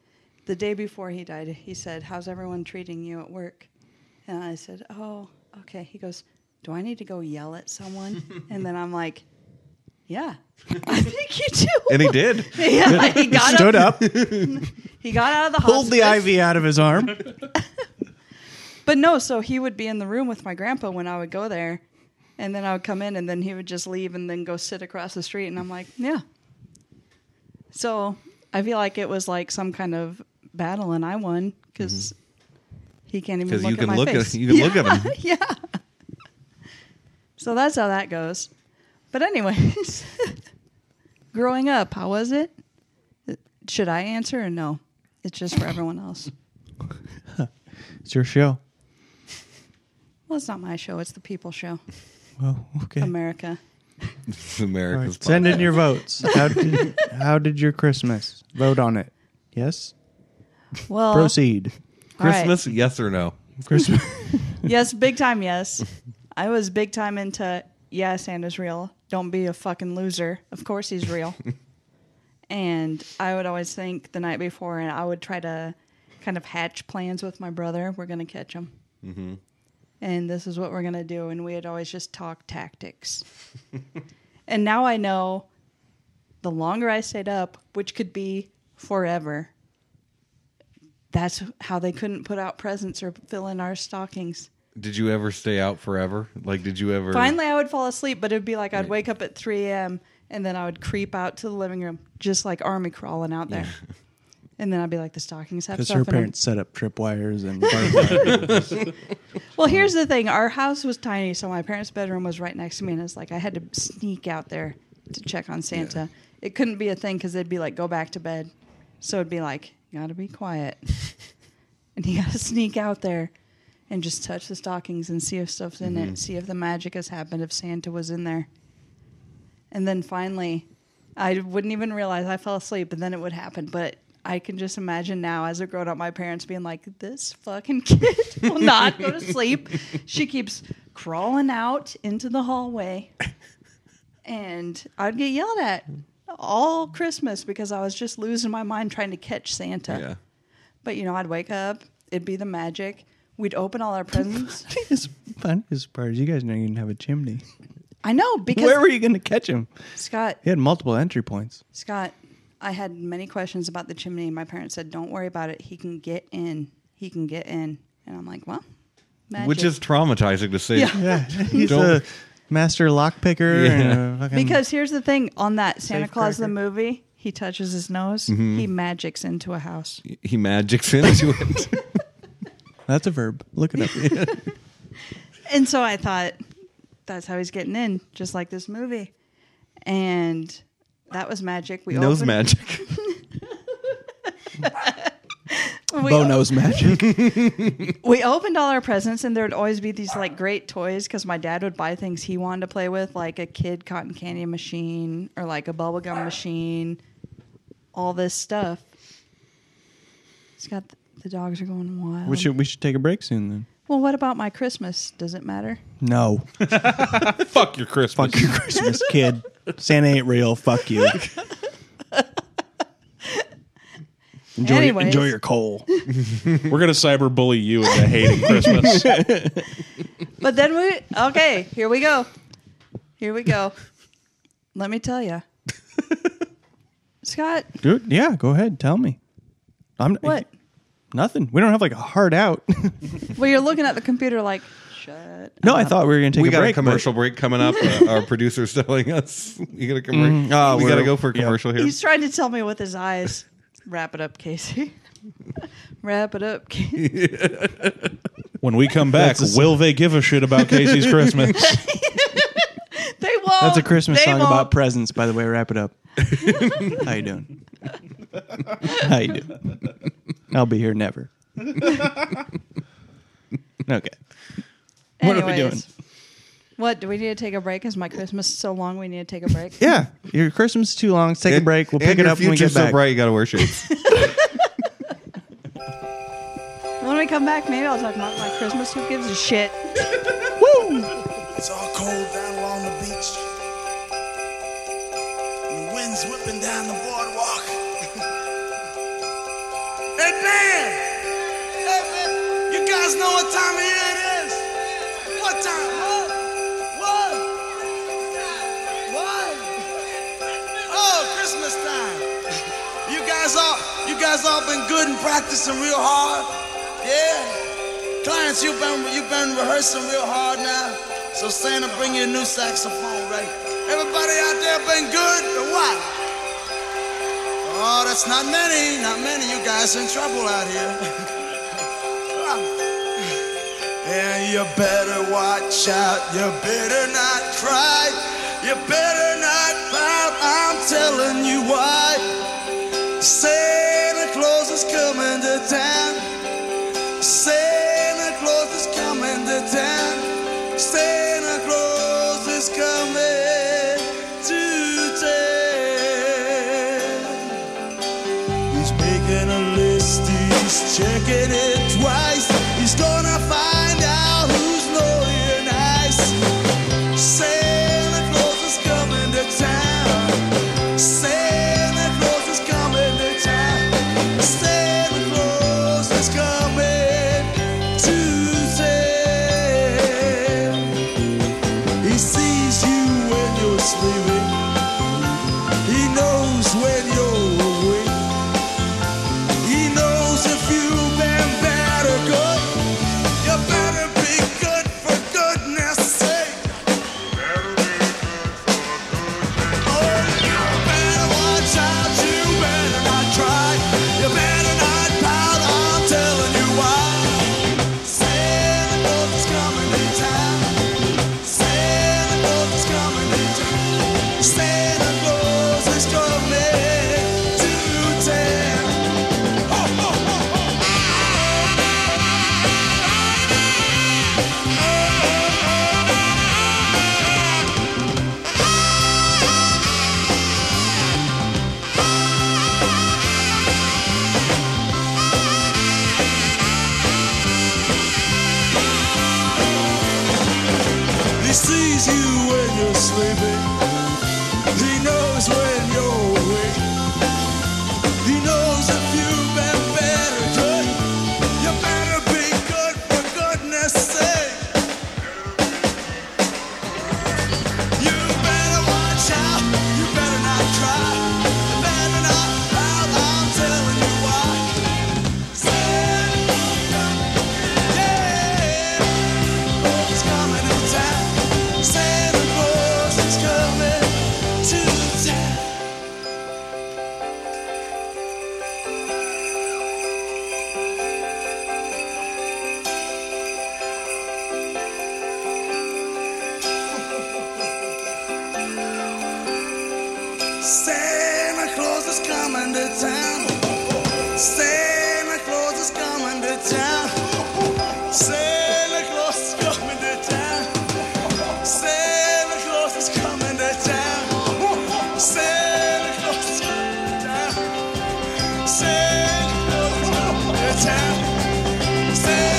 The day before he died, he said, How's everyone treating you at work? And I said, Oh, okay. He goes, Do I need to go yell at someone? and then I'm like, Yeah, I think you do. And he did. yeah, he got Stood up, up, He got out of the pulled the hospice. IV out of his arm. But no, so he would be in the room with my grandpa when I would go there, and then I would come in, and then he would just leave and then go sit across the street, and I'm like, yeah. So I feel like it was like some kind of battle, and I won because he can't even Because look Mm-hmm. you at my can look face. at you can look at him. yeah. So that's how that goes. But anyways, growing up, how was it? Should I answer or no? It's just for everyone else. It's your show. Well, it's not my show. It's the people show. Well, okay. America. It's All America's right, Send in your votes. How did, how did your Christmas? Vote on it. Yes. Well, Proceed. all right. Christmas. Yes or no? Christmas. yes, big time. Yes, I was big time into yeah, Santa's real. Don't be a fucking loser. Of course he's real. and I would always think the night before, and I would try to kind of hatch plans with my brother. We're gonna catch him. And this is what we're gonna do. And we would always just talk tactics. and now I know the longer I stayed up, which could be forever, that's how they couldn't put out presents or fill in our stockings. Did you ever stay out forever? Like, did you ever? Finally, I would fall asleep, but it'd be like I'd wake up at 3 a.m. and then I would creep out to the living room, just like army crawling out there. and then I'd be like, the stockings have Because stuff her in 'em." parents set up tripwires and barbed wire. Oh. Well, here's the thing: our house was tiny, so my parents' bedroom was right next to me, and it's like I had to sneak out there to check on Santa. It couldn't be a thing because they'd be like, "Go back to bed," so it'd be like, "Gotta be quiet," and you gotta sneak out there and just touch the stockings and see if stuff's in it, see if the magic has happened, if Santa was in there, and then finally, I wouldn't even realize I fell asleep, and then it would happen, but. I can just imagine now as a grown up, my parents being like, this fucking kid will not go to sleep. She keeps crawling out into the hallway. And I'd get yelled at all Christmas because I was just losing my mind trying to catch Santa. yeah. But, you know, I'd wake up, it'd be the magic. We'd open all our presents. His funniest part is you guys didn't even have a chimney. I know because Where were you going to catch him? Scott, He had multiple entry points. Scott, I had many questions about the chimney. My parents said, "Don't worry about it. He can get in. He can get in." And I'm like, "Well, magic. Which is traumatizing to say. Yeah. Yeah, he's Don't- a master lockpicker. Yeah. And a fucking, Because here's the thing: on that Santa Claus the cracker. movie, he touches his nose, he Mm-hmm. magics into a house. He magics into it. that's a verb. Look it up. And so I thought that's how he's getting in, just like this movie. And that was magic. We Nose opened- magic. we- Bo knows magic. we opened all our presents and there would always be these like great toys because my dad would buy things he wanted to play with like a kid cotton candy machine or like a bubblegum machine all this stuff it's got the dogs are going wild we should we should take a break soon then. Well, what about my Christmas? Does it matter? No. Fuck your Christmas. Fuck your Christmas, kid. Santa ain't real. Fuck you. Enjoy, Anyways. enjoy your coal. We're gonna cyberbully you into hating Christmas. But then we okay. Here we go. Here we go. Let me tell you, Scott. Dude, yeah, go ahead. Tell me. I'm What? Nothing. We don't have like a hard out. Well, you're looking at the computer like, shut. no, I thought we were going to take we a got break. a commercial break coming up. Uh, our producer's telling us you got a commercial. oh, we we're- got to go for a yeah. commercial here. He's trying to tell me with his eyes. Wrap it up, Casey. Wrap it up, Casey. When we come back, That's a- will they give a shit about Casey's Christmas? They won't. That's a Christmas They song won't. about presents, by the way. Wrap it up. How you doing? How you doing? I'll be here never. okay. What are we doing? Anyways. What do we need to take a break? Is my Christmas so long? We need to take a break. Yeah, your Christmas is too long. Let's take a break. We'll And pick it your up when we future's get back. so bright, you got to wear shades. When we come back, maybe I'll talk about my Christmas. Who gives a shit? It's all cold down along the beach. And the wind's whipping down the boardwalk. hey, man! Hey, man! You guys know what time of year it is? What time? What? What? What? Oh, Christmas time. You guys all, you guys all been good and practicing real hard? Yeah? Clients, you've been you've been rehearsing real hard now. So Santa, bring your new saxophone, right? Everybody out there been good or what? Oh, that's not many, not many. You guys in trouble out here. and you better watch out. You better not cry. You better not pout. I'm telling you why. Santa Claus is coming to town. Santa Claus is coming to town. Santa Claus is coming to town. He's making a list, he's checking it twice. He's gonna find out who's loyal and nice. Santa Claus is coming to town. Santa Claus is coming to town. Santa Claus is coming to town. He sees you when you're sleeping. He knows when you're awake. He knows if you've been bad or good. You better be good for goodness sake. He sees you when you're sleeping. He knows when you're awake. He knows if you've been bad or good. You better be good for goodness sake. You better watch out. You better not cry. You better not pout. I'm telling you why. Santa, yeah. Claus coming to town. Santa Claus is coming to town. Santa Claus is coming to town. Santa Claus is coming to town. Santa Claus is coming to town. Santa Claus is coming to town. Santa Claus is coming to town. Santa Claus is coming to town. Santa Claus is coming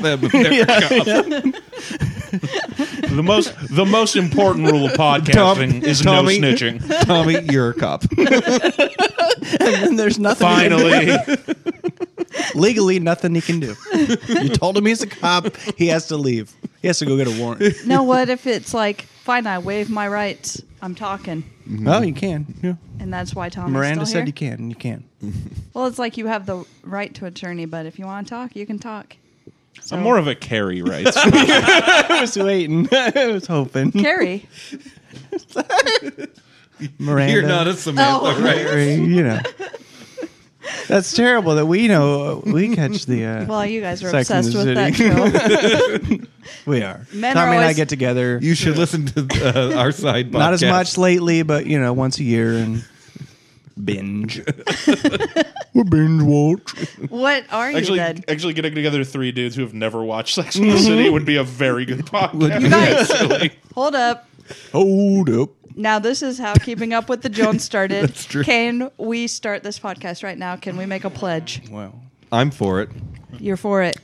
them if they're cops. The most the most important rule of podcasting is Tommy- no snitching. Tommy, you're a cop. And there's nothing he can Finally, do. legally nothing he can do. You told him he's a cop. He has to leave. He has to go get a warrant. No, what if it's like, fine, I waive my rights. I'm talking. Mm-hmm. Oh, you can. Yeah. And that's why Tom Miranda is still said you here? can. and You can. Well, it's like you have the right to attorney, but if you want to talk, you can talk. So, I'm more of a carry rights. I was waiting. I was hoping. Carrie. Miranda. You're not a Samantha, right? Or, you know. That's terrible that we know we catch the. Uh, Well, you guys are Sex and obsessed the with that City. show. we are. Men Tommy are and I always- get together. You should listen to uh, our side podcast. not as much lately, but you know, once a year and binge. we binge watch. what are you actually, then? actually getting together three dudes who have never watched Sex and the Mm-hmm. City would be a very good podcast. Guys, hold up. Hold up. Now this is how Keeping Up with the Jones started. That's true. Can we start this podcast right now? Can we make a pledge? Well, I'm for it. You're for it.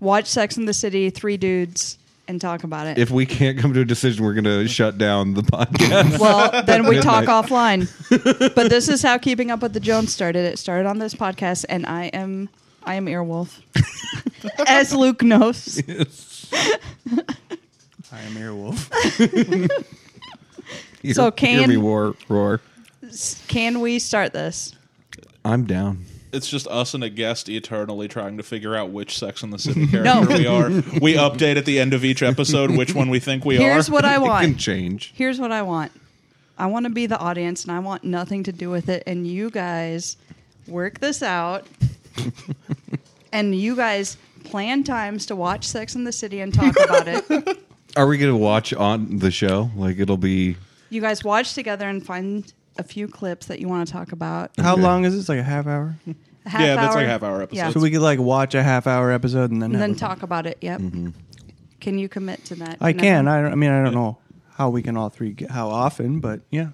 Watch Sex in the City, three dudes, and talk about it. If we can't come to a decision, we're going to shut down the podcast. well, then we talk Midnight. offline. But this is how Keeping Up with the Jones started. It started on this podcast, and I am I am Earwolf, as Luke knows. I am Earwolf. Hear- So hear can- me roar, roar. Can we start this? I'm down. It's just us and a guest eternally trying to figure out which Sex and the City character we are. We update at the end of each episode which one we think we Here's are. what I It can want. change. Here's what I want. I want to be the audience, and I want nothing to do with it. And you guys work this out, and you guys plan times to watch Sex in the City and talk about it. Are we going to watch on the show? Like it'll be You guys watch together and find a few clips that you want to talk about. How Okay. long is this? Like a half hour? A half Yeah, hour. that's like a half hour episode. Yeah. So we could like watch a half hour episode and then and have then a- talk about it. Yep. Mm-hmm. Can you commit to that? I No. can. I, don't, I mean, I don't know how we can all three get, how often, but yeah.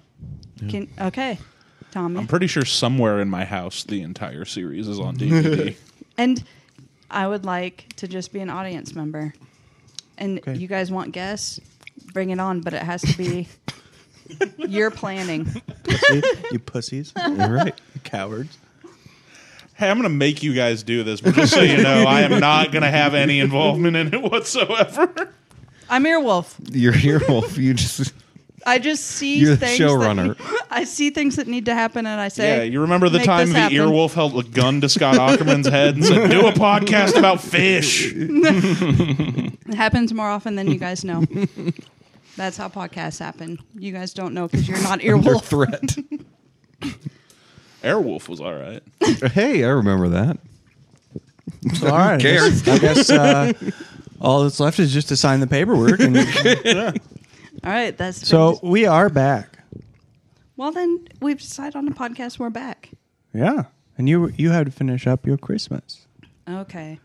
Can- okay, Tommy. I'm pretty sure somewhere in my house the entire series is on DVD. and I would like to just be an audience member. And Okay. you guys want guests? Bring it on, but it has to be your planning. Pussy, you pussies, all right. you cowards. hey, I'm going to make you guys do this, but just so you know, I am not going to have any involvement in it whatsoever. I'm Earwolf. You're here, Wolf. You just I just see You're the things. showrunner. That, I see things that need to happen, and I say, Yeah, you remember the "Make time this the happen." earwolf held a gun to Scott Ackerman's head and said, "Do a podcast about fish." It happens more often than you guys know. That's how podcasts happen. You guys don't know because you're not under Earwolf. threat. Airwolf was all right. hey, I remember that. all right. I cares? guess- I guess uh, all that's left is just to sign the paperwork. And, All right, that's so we are back. Well, then we've decided on a podcast. We're back. Yeah. And you you had to finish up your Christmas. Okay.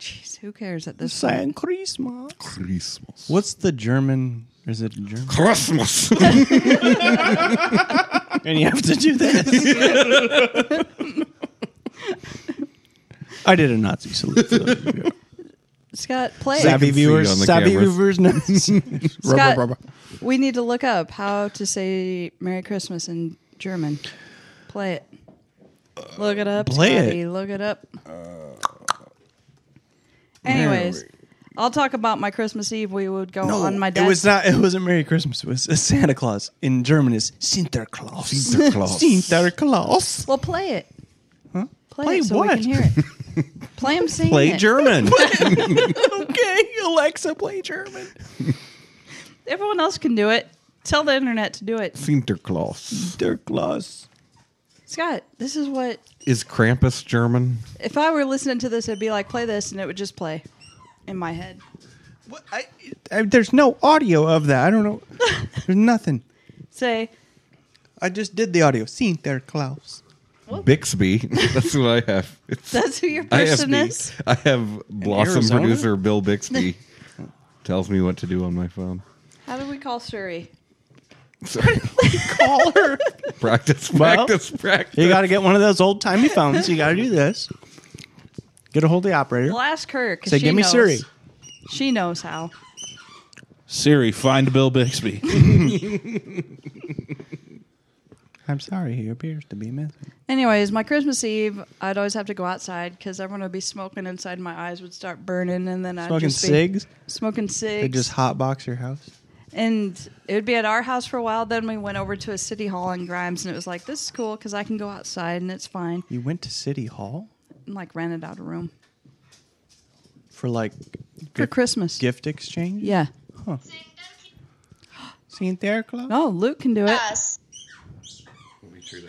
Jeez, who cares at this point? Saying Christmas. Christmas. What's the German? Is it German? Christmas. and you have to do this. I did a Nazi salute. for those of you. Scott, play. Zap- Savvy can see on viewers, the savvy cameras. viewers, knows. Scott, we need to look up how to say Merry Christmas in German. Play it. Look it up. play Scotty. it. Look it up. Anyways, I'll talk about my Christmas Eve. We would go on my dad's. it was not. It wasn't Merry Christmas. It was Santa Claus in German. Is Sinterklaas. Sinterklaas. Sinterklaas. well, play it. Play, Play it so what? we can hear it. play him singing Play it. German. Okay, Alexa, play German. Everyone else can do it. Tell the internet to do it. Sinterklaas. Sinterklaas. Scott, this is what Is Krampus German? If I were listening to this, it'd be like play this, and it would just play in my head. What? I, I, there's no audio of that. I don't know. There's nothing. Say, I just did the audio. Sinterklaas. Bixby. That's what I have. It's that's who your I have, person is. I have Blossom Arizona? producer Bill Bixby tells me what to do on my phone. How do we call Surrey? Sorry. Call her. practice, Well, practice, practice. You got to get one of those old timey phones. You got to do this. Get a hold of the operator. We'll ask her. 'cause Say, she "Give me knows. Siri." She knows how. Siri, find Bill Bixby. I'm sorry, he appears to be missing. Anyways, my Christmas Eve, I'd always have to go outside because everyone would be smoking inside. My eyes would start burning, and then I'd Smoking just be cigs? smoking cigs. They just hotbox your house. and it would be at our house for a while. Then we went over to a city hall in Grimes, and it was like, this is cool because I can go outside and it's fine. You went to City Hall And like rented out a room for like for Christmas. gift exchange? Yeah. Seen there, Claude? Oh, Luke can do it. Class. Let me try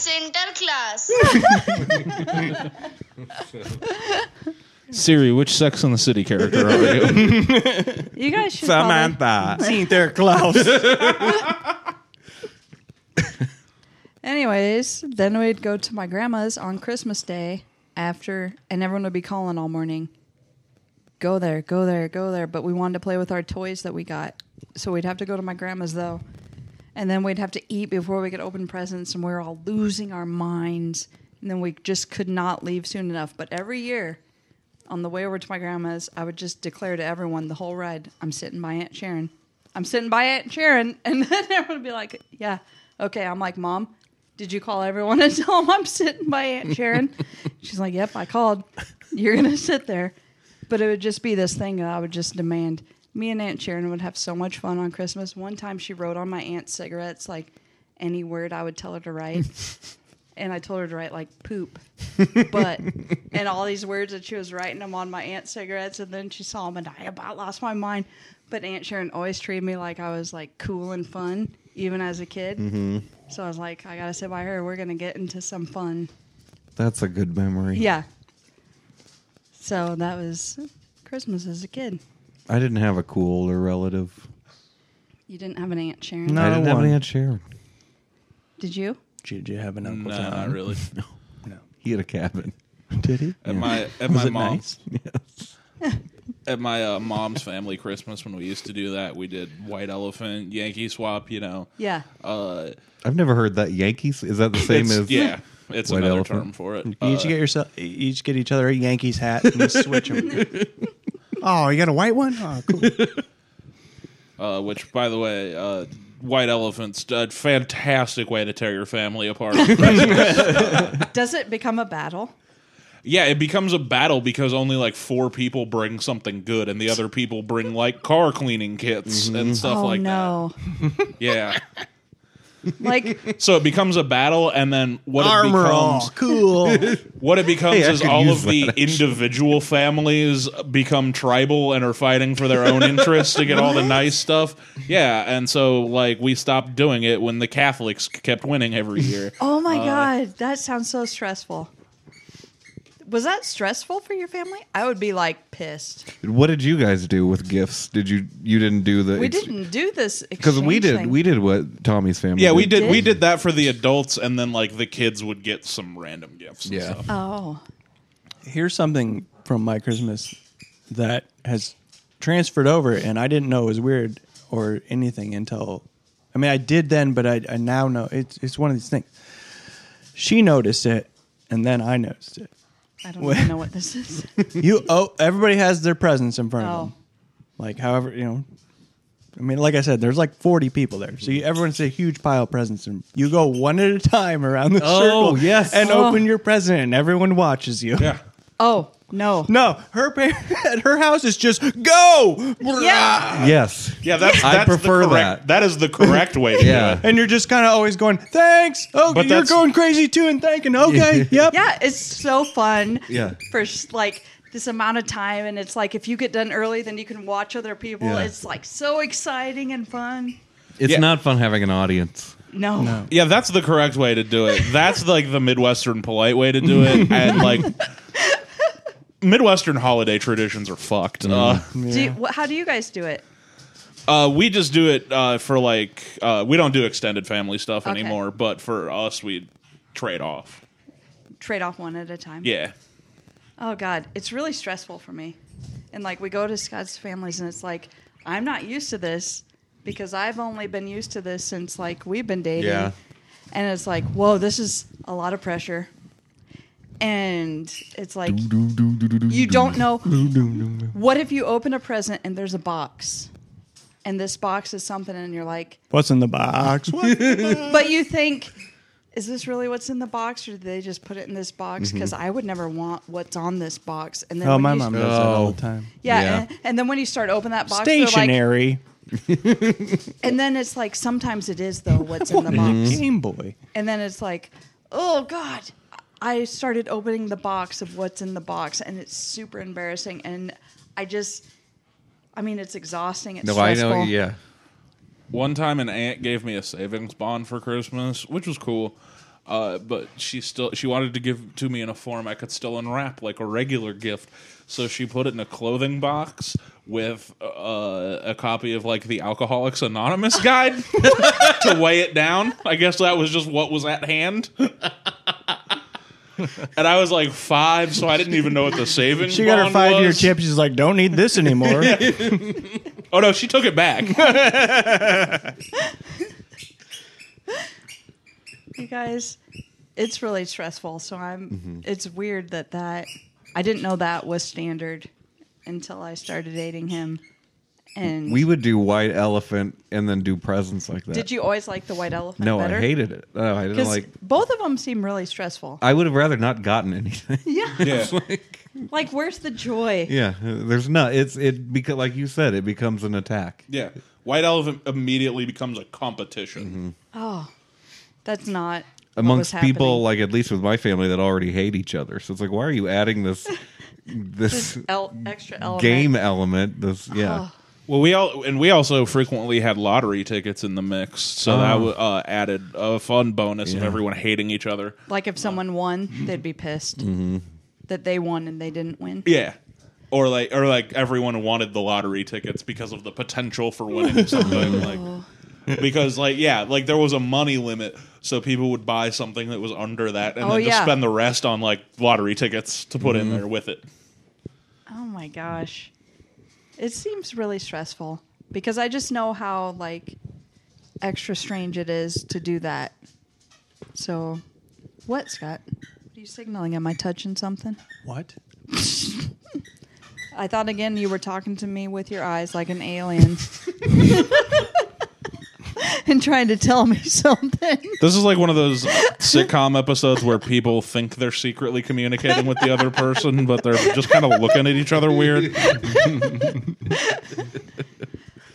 that again. Sinterklaas. Siri, which Sex in the City character are you? You guys should. Probably, Samantha. Seen there, Klaus. Anyways, then we'd go to my grandma's on Christmas Day after, and everyone would be calling all morning. Go there, go there, go there. But we wanted to play with our toys that we got, so we'd have to go to my grandma's though, and then we'd have to eat before we could open presents, and we were all losing our minds. And then we just could not leave soon enough. But every year, on the way over to my grandma's, I would just declare to everyone the whole ride, I'm sitting by Aunt Sharon. I'm sitting by Aunt Sharon. And then everyone would be like, yeah, okay. I'm like, Mom, did you call everyone and tell them I'm sitting by Aunt Sharon? She's like, yep, I called. You're going to sit there. But it would just be this thing that I would just demand. Me and Aunt Sharon would have so much fun on Christmas. One time she wrote on my aunt's cigarettes, like, any word I would tell her to write. and I told her to write, like, poop but and all these words that she was writing them on my aunt's cigarettes and then she saw them and i about lost my mind but aunt sharon always treated me like i was like cool and fun even as a kid Mm-hmm. so i was like i gotta sit by her we're gonna get into some fun That's a good memory. yeah so that was christmas as a kid I didn't have a cool older relative. you didn't have an aunt sharon No. I didn't have one. any Aunt Sharon. did you Did you have an Uncle nah, Tom? not really. He had a cabin. Did he? At my at Was Uh, my it mom's Yes. at my uh, mom's family Christmas when we used to do that, we did White Elephant, Yankee Swap. You know, yeah uh, I've never heard that. Yankees? Is that the same it's- as. yeah, it's White another Elephant. term for it. You Uh, each get yourself, you each get each other a Yankees hat and you switch them. oh, you got a white one? Oh, cool. uh, which, by the way, uh, White Elephant's a fantastic way to tear your family apart. does it become a battle yeah, it becomes a battle because only like four people bring something good, and the other people bring like car cleaning kits and stuff oh like no that. Yeah, like so it becomes a battle, and then what it Armor all. becomes Cool. What it becomes Hey, I is could all use of the that, individual families become tribal and are fighting for their own interests to get all the nice stuff. Yeah, and so like we stopped doing it when the Catholics kept winning every year. Oh Uh, my god, that sounds so stressful. Was that stressful for your family? I would be like pissed. What did you guys do with gifts? Did you. You didn't do the. We didn't do this Because we did. exchange We thing. did what Tommy's family yeah, we did did? we did that for the adults and then like the kids would get some random gifts. and Yeah. stuff. Oh, Here's something from my Christmas that has transferred over, and I didn't know it was weird or anything until, I mean, I did then, but I, I now know it's it's one of these things. She noticed it, and then I noticed it. I don't Wait. even know what this is. You oh, everybody has their presents in front of Oh, them. Like, however, you know, I mean, like I said, there's like 40 people there, so you, everyone's a huge pile of presents, and you go one at a time around the Oh, circle, yes. and Oh. open your present, and everyone watches you. Yeah. oh no. No, her parents, at her house is just go, Yeah. Yes. Yeah, that's, I that's prefer the correct, that. That is the correct way to Yeah. do it. and you're just kind of always going, thanks. Oh, But you're that's- going crazy too, and thanking. Okay, yep. Yeah, it's so fun. Yeah. For s- like this amount of time and it's like if you get done early then you can watch other people. Yeah. It's like so exciting and fun. It's Yeah. not fun having an audience. No. No. Yeah, that's the correct way to do it. That's like the Midwestern polite way to do it. And like Midwestern holiday traditions are fucked. Uh, Do you, wh- how do you guys do it? uh, we just do it uh, for like, uh, we don't do extended family stuff Okay. anymore, but for us, we trade off. Trade off one at a time. Yeah. Oh God, it's really stressful for me. And like we go to Scott's families, and it's like I'm not used to this because I've only been used to this since like we've been dating. Yeah. And it's like, whoa, this is a lot of pressure. and it's like you don't know what if you open a present and there's a box and this box is something and you're like What's in the box? What? but you think is this really what's in the box or did they just put it in this box because i would never want what's on this box and then oh, when my you- mom does that all Oh. the time. yeah, Yeah. And, and then when you start to open that box they're like Stationary. and then it's like sometimes it is though what's in the What a box Mm-hmm. Game Boy. and then it's like, oh god, I started opening the box of what's in the box, and it's super embarrassing, and I just, I mean, it's exhausting. It's No, stressful. I know. Yeah. One time, an aunt gave me a savings bond for Christmas, which was cool. Uh, but she still she wanted to give to me in a form I could still unwrap like a regular gift. So she put it in a clothing box with uh, a copy of like the Alcoholics Anonymous guide to weigh it down. I guess that was just what was at hand. and I was like five, so I didn't even know what the savings. She got her bond five year was. chip. She's like, don't need this anymore. Oh no, she took it back. You guys, it's really stressful. So I'm. Mm-hmm. It's weird that that I didn't know that was standard until I started dating him. And We would do white elephant and then do presents like that. did you always like the white elephant? No, better? I hated it. No, I didn't Because like. both of them seem really stressful. I would have rather not gotten anything. yeah, yeah. like where's the joy? yeah, there's not. It's it because like you said, it becomes an attack. Yeah. White Elephant immediately becomes a competition. Oh, that's not what was amongst happening. people like at least with my family that already hate each other. So it's like, why are you adding this this El- extra element. game element? This Oh. yeah, Well, we all and we also frequently had lottery tickets in the mix, so that Oh. w- uh, added a fun bonus of Yeah. everyone hating each other. Like if someone won, they'd be pissed Mm-hmm. that they won and they didn't win. Yeah. Or like, or like, everyone wanted the lottery tickets because of the potential for winning something. Oh. like, because like, yeah, like there was a money limit, so people would buy something that was under that, and Oh, then just yeah. spend the rest on like lottery tickets to put in there with it. Oh my gosh. It seems really stressful because I just know how like extra strange it is to do that. So, what, Scott? What are you signaling? Am I touching something? what? I thought again you were talking to me with your eyes like an alien. and trying to tell me something. This is like one of those sitcom episodes where people think they're secretly communicating with the other person, but they're just kind of looking at each other weird.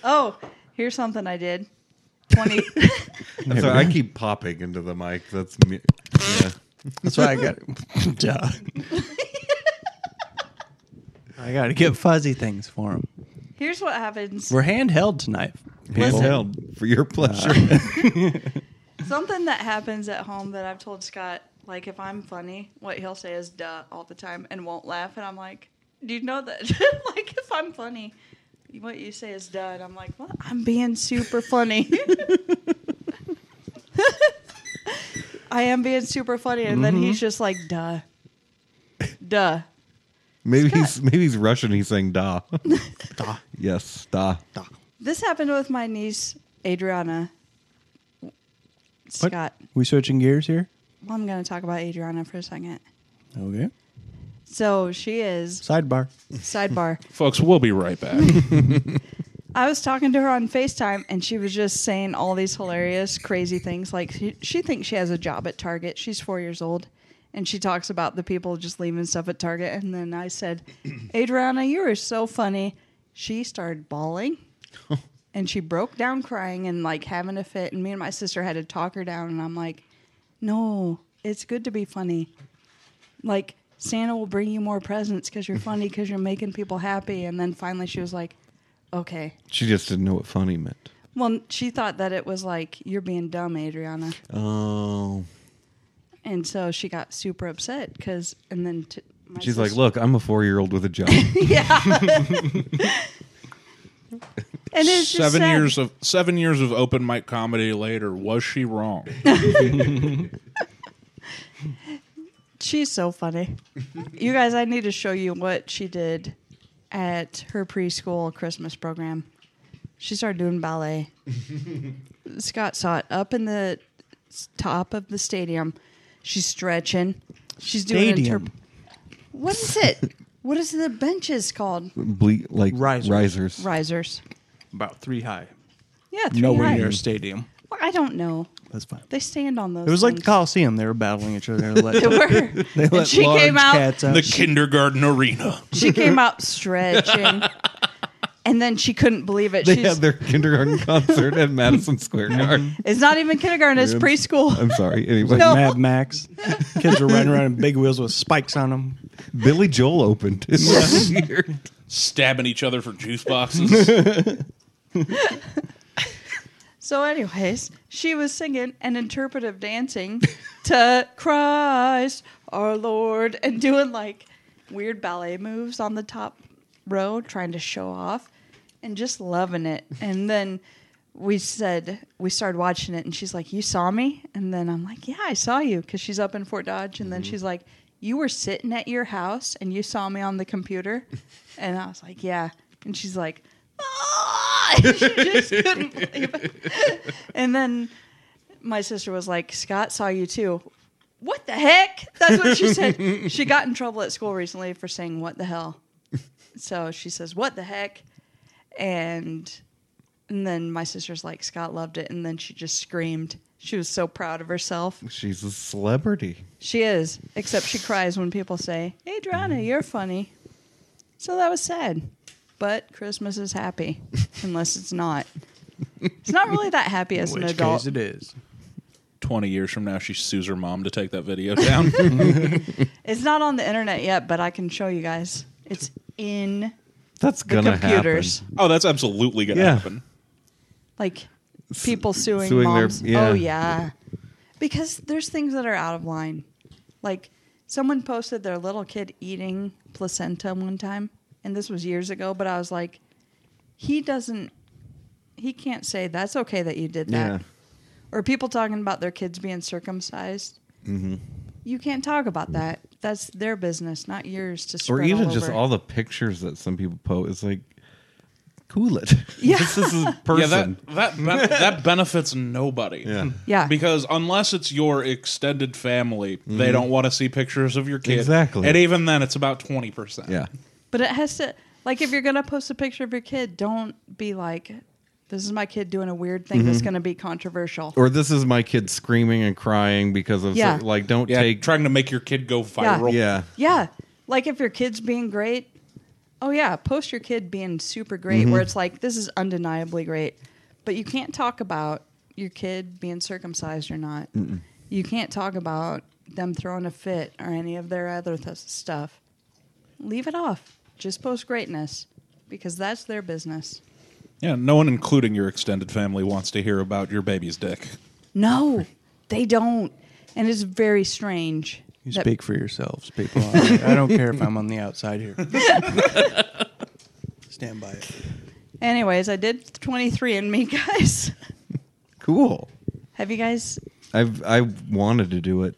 Oh, here's something I did. 20 So I keep popping into the mic. That's me. Yeah. That's why I got. Duh. I got to get fuzzy things for him. Here's what happens. We're handheld tonight. people. Handheld for your pleasure. Uh. Something that happens at home that I've told Scott, like if I'm funny, what he'll say is duh all the time and won't laugh. And I'm like, do you know that? like if I'm funny, what you say is duh. And I'm like, what? I'm being super funny. I am being super funny. And then he's just like, duh. Duh. maybe he's maybe he's Russian. He's saying da. Yes, da. This happened with my niece, Adriana. What? Scott. We switching gears here? Well, I'm going to talk about Adriana for a second. Okay. So she is, Sidebar. sidebar. Folks, we'll be right back. I was talking to her on FaceTime and she was just saying all these hilarious, crazy things. Like she, she thinks she has a job at Target. She's four years old. And she talks about the people just leaving stuff at Target. And then I said, Adriana, you are so funny. She started bawling and she broke down crying and like having a fit. And me and my sister had to talk her down. And I'm like, no, it's good to be funny. Like, Santa will bring you more presents because you're funny, because you're making people happy. And then finally she was like, okay. She just didn't know what funny meant. Well, she thought that it was like you're being dumb, Adriana, Oh, and so she got super upset because. And then t- my she's sister- like, look, I'm a four year old with a job. and it's just seven sad. years of seven years of open mic comedy later, was she wrong? She's so funny. you guys, I need to show you what she did at her preschool Christmas program. She started doing ballet. Scott saw it up in the s- top of the stadium. She's stretching. She's doing Stadium. interp- What is it? what is the benches called? Ble- like Risers. risers. Risers. About three high. Yeah, three Nowhere high. near a stadium. Well, I don't know. That's fine. They stand on those. It was like the things. Coliseum. They were battling each other. They let, They were. they let and she large came out. cats out. The kindergarten arena. She came out stretching, and then she couldn't believe it. They She's, Mm-hmm. had their kindergarten concert at Madison Square Garden. it's not even kindergarten; it's preschool. I'm sorry. Anyway, No. Mad Max. Kids were riding around in big wheels with spikes on them. Billy Joel opened. It was weird. Stabbing each other for juice boxes. So, anyways, she was singing and interpretive dancing to Christ our Lord and doing like weird ballet moves on the top row, trying to show off and just loving it. And then we said, we started watching it, and she's like, You saw me? And then I'm like, Yeah, I saw you because she's up in Fort Dodge. And then she's like, You were sitting at your house and you saw me on the computer. And I was like, Yeah. And she's like, "Ah!" she just couldn't believe it. And then my sister was like, Scott saw you too. What the heck? That's what she said. she got in trouble at school recently for saying, What the hell? So she says, What the heck? And and then my sister's like, Scott loved it. And then she just screamed. She was so proud of herself. She's a celebrity. She is, except she cries when people say, Mm-hmm. Adriana, you're funny. So that was sad. But Christmas is happy, unless it's not. It's not really that happy as Which an case adult. it is. 20 years from now, she sues her mom to take that video down. It's not on the internet yet, but I can show you guys. It's in That's the gonna computers. oh, that's absolutely going to Yeah. happen. Like people suing, suing their- moms. yeah. Oh yeah. Because there's things that are out of line. Like someone posted their little kid eating placenta one time, and this was years ago, but I was like, he doesn't he can't say that's okay that you did that. happen. Yeah. Or people talking about their kids being circumcised. Mm-hmm. You can't talk about that. That's their business, not yours to spread or even all just over. all the pictures that some people post. It's like, cool it. Yeah. this is a Yeah, person. that, that, that, that benefits nobody. Yeah. Yeah. Because unless it's your extended family, Mm-hmm. they don't want to see pictures of your kid. Exactly. And even then, it's about 20%. yeah. But it has to like if you're gonna post a picture of your kid, don't be like, "This is my kid doing a weird thing that's gonna be controversial." Or this is my kid screaming and crying because of Yeah. so- like don't Yeah, take trying to make your kid go viral. yeah. yeah, like if your kid's being great, oh yeah, post your kid being super great, where it's like this is undeniably great, but you can't talk about your kid being circumcised or not. You can't talk about them throwing a fit or any of their other th- stuff. Leave it off. Just post greatness because that's their business. Yeah, no one, including your extended family, wants to hear about your baby's dick. No, they don't. And it's very strange. You that- speak for yourselves, people. I I don't care if I'm on the outside here. Stand by it. Anyways, I did 23 and me, guys. Cool. Have you guys? I've I wanted to do it.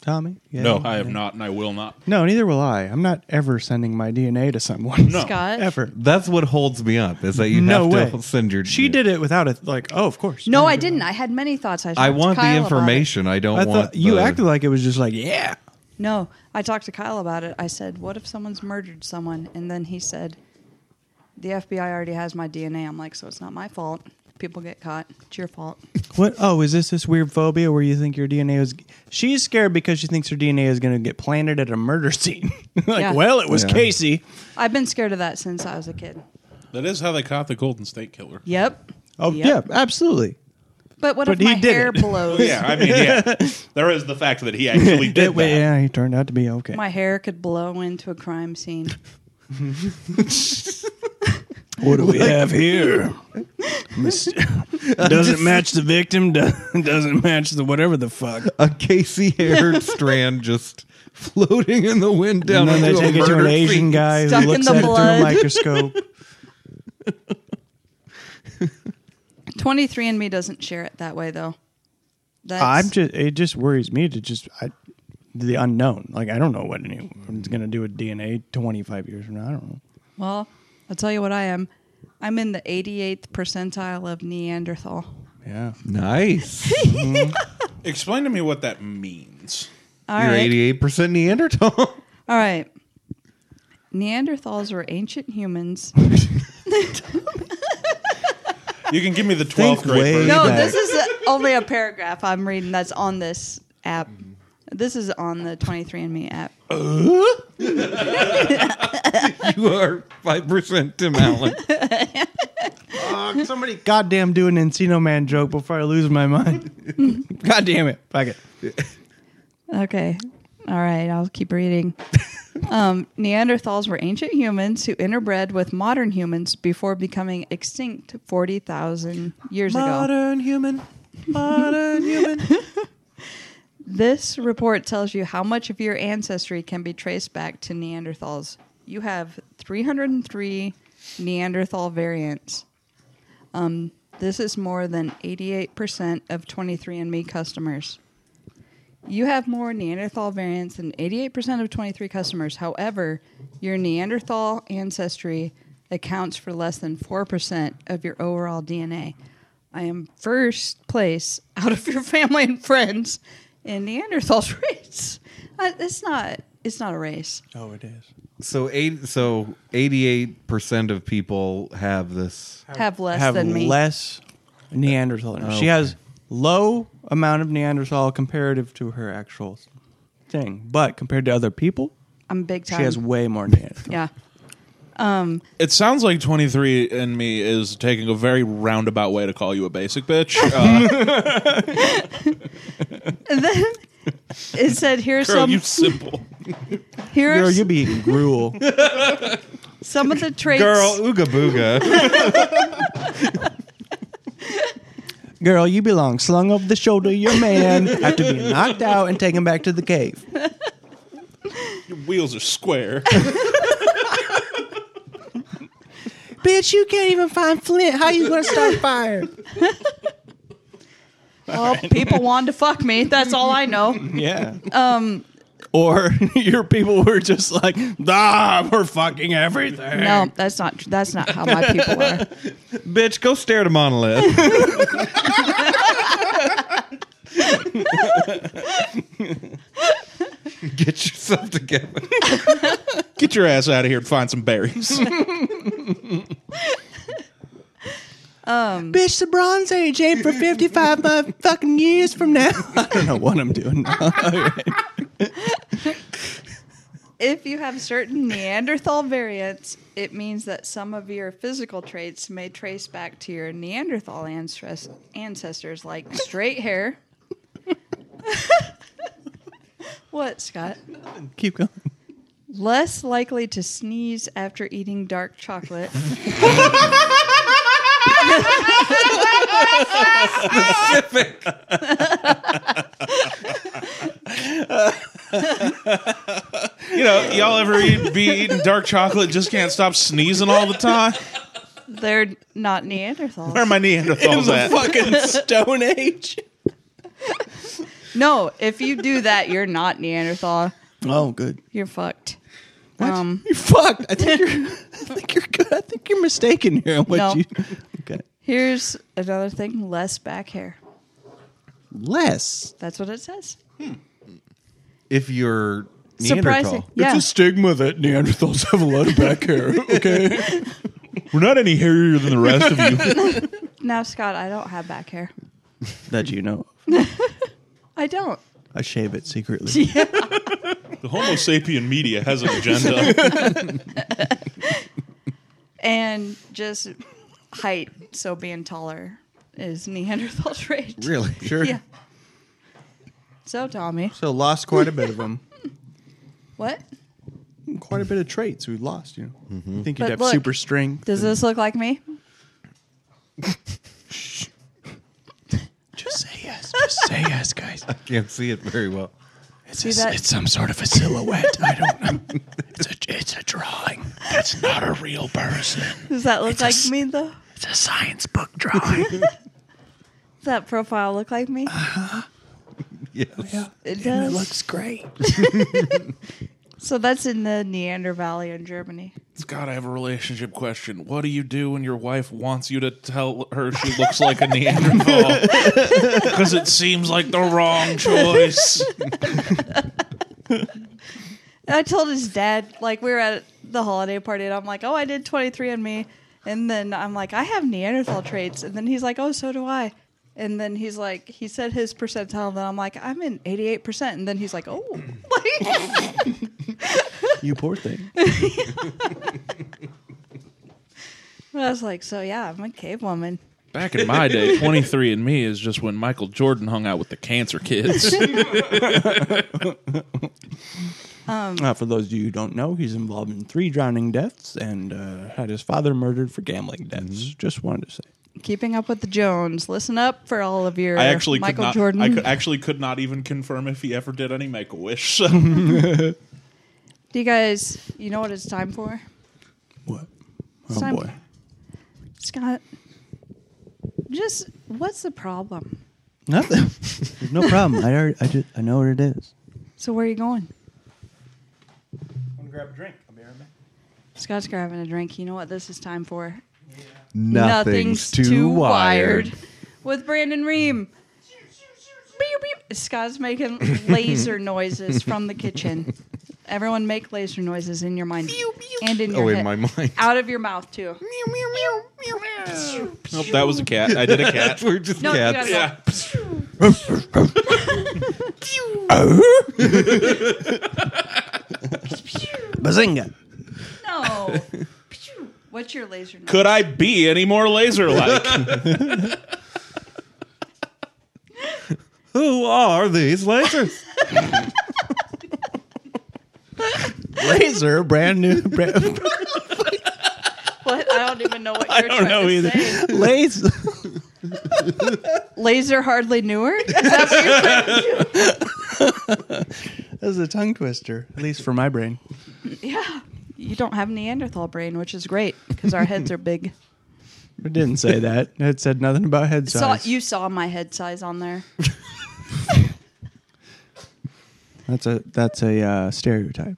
Tommy? Yeah, No, I have not, and I will not. No, neither will I. I'm not ever sending my DNA to someone. No. Scott? Ever. That's what holds me up is that you no have way. to send your. She did it without it. Like, oh, of course. No, I didn't. I had many thoughts. I, I talked to want the Kyle about it. information. I don't I want. thought you the- acted like it was just like, yeah. No, I talked to Kyle about it. I said, "What if someone's murdered someone?" And then he said, "The FBI already has my DNA." I'm like, "So it's not my fault. People get caught. It's your fault." What? Oh, is this this weird phobia where you think your DNA is? She's scared because she thinks her DNA is going to get planted at a murder scene. like, Yeah. well, it was Yeah. Casey. I've been scared of that since I was a kid. That is how they caught the Golden State Killer. Yep. Oh, Yep. yeah, absolutely. But what But if he my did hair it. blows? Yeah, I mean, yeah. there is the fact that he actually did It- that. yeah, he turned out to be okay. My hair could blow into a crime scene. What do we have here? Mis- doesn't match the victim. do- Doesn't match the whatever the fuck. a Casey haired strand just floating in the wind down And then they into a take it to murder an Asian scene. guy who Stuck in looks the at it through a blood. microscope. 23andMe doesn't share it that way, though. That's, I'm just. It just worries me to just. I, the unknown. Like I don't know what anyone's gonna do with DNA 25 years from now. I don't know. well, I'll tell you what I am. I'm in the 88th percentile of Neanderthal. Yeah. Nice. Explain to me what that means. All You're right. eighty-eight percent Neanderthal. All right. Neanderthals were ancient humans. You can give me the 12th Think way grade version. No, back. this is uh, only a paragraph I'm reading that's on this app. This is on the 23andMe app. you are five percent Tim Allen. Fuck, somebody goddamn do an Encino Man joke before I lose my mind. God damn it. Fuck it. Okay. All right, I'll keep reading. Um, Neanderthals were ancient humans who interbred with modern humans before becoming extinct 40,000 years ago. human, modern human. This report tells you how much of your ancestry can be traced back to Neanderthals. You have 303 Neanderthal variants. Um, this is more than 88% of 23andMe customers. You have more Neanderthal variants than 88% of 23 customers. However, your Neanderthal ancestry accounts for less than 4% of your overall DNA. I am first place out of your family and friends in Neanderthals race. Uh, It's not it's not a race. Oh, it is. So eight. So eighty-eight percent of people have this. Have less have than me. less Neanderthal. in her. She has low amount of Neanderthal comparative to her actual thing, but compared to other people, I'm big time. she has way more Neanderthal. yeah. It sounds like 23 and me is taking a very roundabout way to call you a basic bitch. Uh, It said here's girl, some you simple. here's Girl, you be eating gruel. some of the traits Girl, ooga booga. Girl, you belong slung over the shoulder of your man after being knocked out and taken back to the cave. Your wheels are square. Bitch, you can't even find Flint. How you gonna start a fire? Well, people wanted to fuck me. That's all I know. Yeah. Um. Or your people were just like, ah, we're fucking everything. No, that's not tr- that's not how my people are. Bitch, go stare at a monolith. Get yourself together. Get your ass out of here and find some berries. Bitch, the Bronze Age ain't for 55 fucking years from now. I don't know what I'm doing now. If you have certain Neanderthal variants, it means that some of your physical traits may trace back to your Neanderthal ancest- ancestors, like straight hair. what, Scott? Keep going. Less likely to sneeze after eating dark chocolate. you know, y'all ever eat, be eating dark chocolate, just can't stop sneezing all the time? They're not Neanderthals. Where are my Neanderthals at? Fucking Stone Age. No, if you do that, you're not Neanderthal. Oh, good. You're fucked. What? Um, you're fucked. I think you're, I think you're good. I think you're mistaken here on what No. you. Okay. Here's another thing less back hair. Less. That's what it says. If you're Surprising. Neanderthal, Yeah. stigma that Neanderthals have a lot of back hair. Okay. We're not any hairier than the rest of you. now, Scott, I don't have back hair. That you know. I don't. I shave it secretly. The Homo sapien media has an agenda. And just height, so being taller is Neanderthal trait. really? Sure. Yeah. So, Tommy, So lost quite a bit of them. what? Quite a bit of traits we lost, you know. I think you'd But have look, super strength. Does this look like me? Just say yes. Just say yes, guys. Can't see it very well. It's, See that? it's some sort of a silhouette. I don't know. It's a, it's a drawing. That's not a real person. Does that look a like s- me, though? It's a science book drawing. Does that profile look like me? Yes. It does. looks great. so, that's in the Neander Valley in Germany. God, I have a relationship question. What do you do when your wife wants you to tell her she looks like a Neanderthal? Because it seems like the wrong choice. I told his dad, like, we were at the holiday party, and I'm like, oh, I did 23 on me. And then I'm like, I have Neanderthal traits. And then he's like, oh, so do I. And then he's like, he said his percentile, and I'm like, I'm in 88%. And then he's like, oh, like, You poor thing. I was like, so yeah, I'm a cave woman. Back in my day, 23andMe is just when Michael Jordan hung out with the cancer kids. Uh, for those of you who don't know, he's involved in three drowning deaths and uh, had his father murdered for gambling debts. Just wanted to say. Keeping up with the Jones. Listen up for all of your I actually Michael could not, Jordan. I could, actually could not even confirm if he ever did any Make a Wish. Do you guys, you know what it's time for? What? It's Oh time- boy. Scott, just what's the problem? Nothing. There's no problem. I already, I, just, I know what it is. So where are you going? I'm gonna grab a drink. I'll be right back. Scott's grabbing a drink. You know what this is time for? Nothing's, too, wired. With Brandon Ream. Beep, beep. Scott's making laser noises from the kitchen. Everyone make laser noises in your mind and in your Oh, in head. my mind. out of your mouth too. nope, that was a cat. I did a cat. We're just No, you cats. gotta go. Yeah. Uh-huh. Bazinga! No. Pew. What's your laser noise? Could I be any more laser like? Who are these lasers? Laser, brand new. Brand, What? I don't even know what you're don't trying know to either. say. laser. Laser hardly newer. Is that what you're trying to do? That was a tongue twister, at least for my brain. Yeah. You don't have Neanderthal brain, which is great because our heads are big. It didn't say that. It said nothing about head Saw, size. you saw my head size on there. that's a that's a uh, stereotype.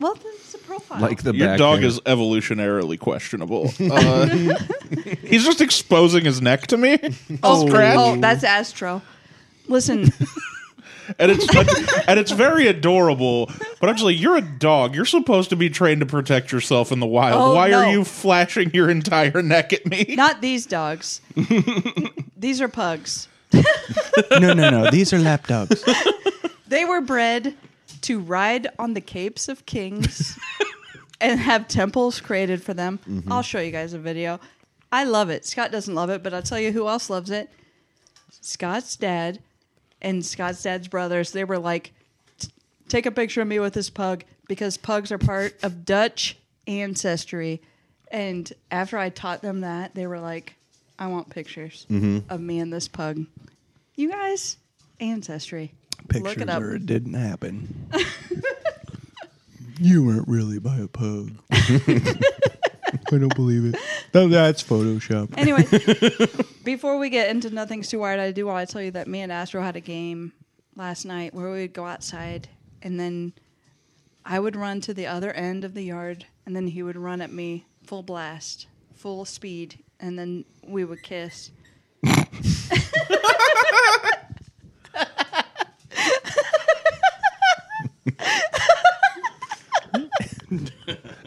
Well, that's a profile. like the Your back dog end. is evolutionarily questionable. Uh, he's just exposing his neck to me. oh, scratch. oh, that's Astro. Listen, and it's and it's very adorable. But actually, you're a dog. You're supposed to be trained to protect yourself in the wild. Oh, Why no. are you flashing your entire neck at me? not these dogs. these are pugs. No, no, no. These are lap dogs. They were bred to ride on the capes of kings and have temples created for them. I'll show you guys a video. I love it. Scott doesn't love it, but I'll tell you who else loves it. Scott's dad and Scott's dad's brothers. They were like, "T- take a picture of me with this pug because pugs are part of Dutch ancestry. And after I taught them that, they were like, I want pictures of me and this pug. You guys, ancestry. Look Pictures it up. or it didn't happen. you weren't really by a pug. I don't believe it. No, that's Photoshop. Anyway, before we get into nothing's too wired, I do want to tell you that me and Astro had a game last night where we would go outside and then I would run to the other end of the yard and then he would run at me full blast, full speed, and then we would kiss.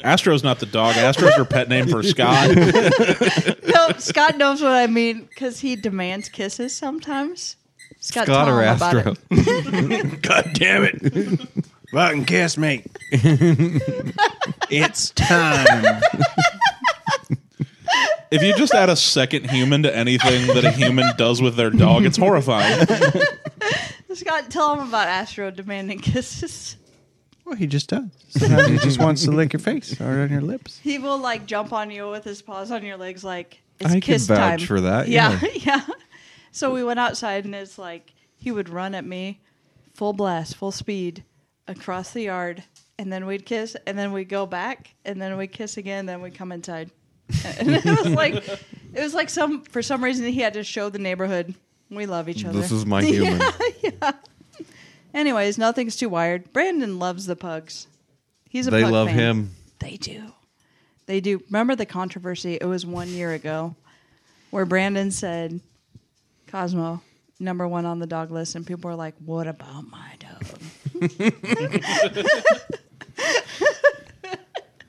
Astro's not the dog. Astro's her pet name for Scott. No, Scott knows what I mean because he demands kisses sometimes. Scott, Scott tell or him about Astro? it. God damn it! Fucking kiss me. it's time. If you just add a second human to anything that a human does with their dog, it's horrifying. Scott, tell him about Astro demanding kisses. Well, he just does. Sometimes he just wants to lick your face or on your lips. He will like jump on you with his paws on your legs, like it's I can kiss vouch time for that, Yeah, yeah. So we went outside, and it's like he would run at me, full blast, full speed, across the yard, and then we'd kiss, and then we'd go back, and then we'd kiss again, then we'd come inside. And it was like, it was like some for some reason he had to show the neighborhood we love each other. This is my human. Anyways, nothing's too wired. Brandon loves the pugs. He's a They pug love fan. him. They do. They do. Remember the controversy? It was one year ago where Brandon said, Cosmo, number one on the dog list. And people were like, what about my dog?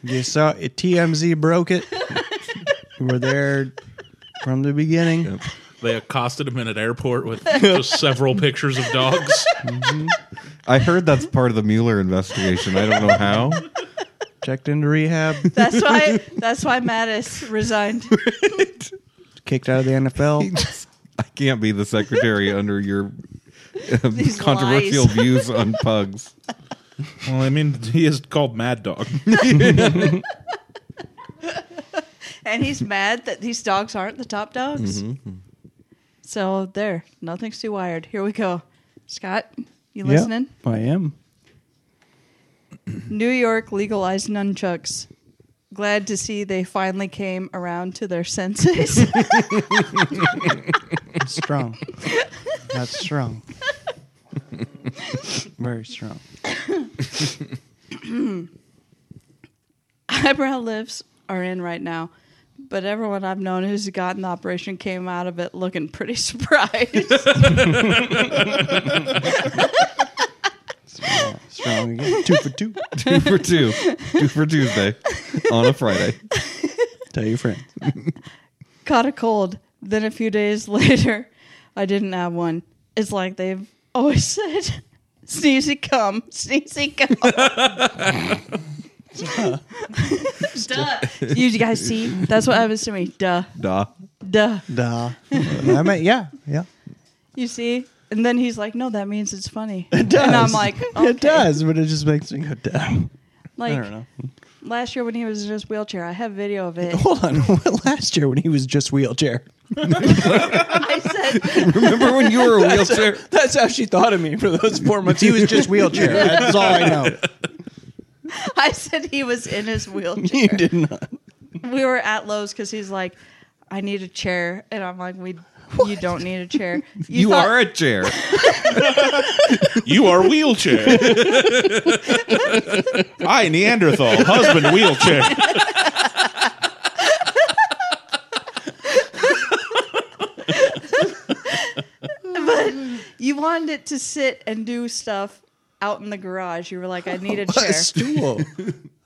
You saw it, TMZ broke it. you were there from the beginning. They accosted him in an airport with just several pictures of dogs. I heard that's part of the Mueller investigation. I don't know how. Checked into rehab, That's why. That's why Mattis resigned. kicked out of the NFL. I can't be the secretary under your um, These controversial lies. views on pugs. Well, I mean, he is called Mad Dog. And he's mad that these dogs aren't the top dogs. mm-hmm. So there, nothing's too wired. Here we go. Scott, you listening? Yeah, I am. New York legalized nunchucks. Glad to see they finally came around to their senses. It's strong. That's strong. Very strong. Eyebrow lifts are in right now, but everyone I've known who's gotten the operation came out of it looking pretty surprised. Yeah, strong again. Two for two. Two for two. Two for Tuesday on a Friday. Tell your friends. Caught a cold. Then a few days later, I didn't have one. It's like they've always said sneezy cum, sneezy cum. Duh. You guys see? That's what happens to me. Duh. Duh. Duh. Duh. I mean, yeah, yeah. You see? And then he's like, no, that means it's funny. It does. And I'm like, okay. it does, but it just makes me go down. Like, I don't know. last year when he was in his wheelchair, I have video of it. Hold on. Last year when he was just wheelchair. I said, Remember when you were a wheelchair? That's how she thought of me for those four months. He was just wheelchair. That's all I know. I said he was in his wheelchair. You did not. we were at Lowe's because he's like, I need a chair. And I'm like, we, you don't need a chair. You, thought- are a chair. You are wheelchair. I, Neanderthal, husband, wheelchair. you wanted it to sit and do stuff out in the garage. You were like, I need a chair. A stool.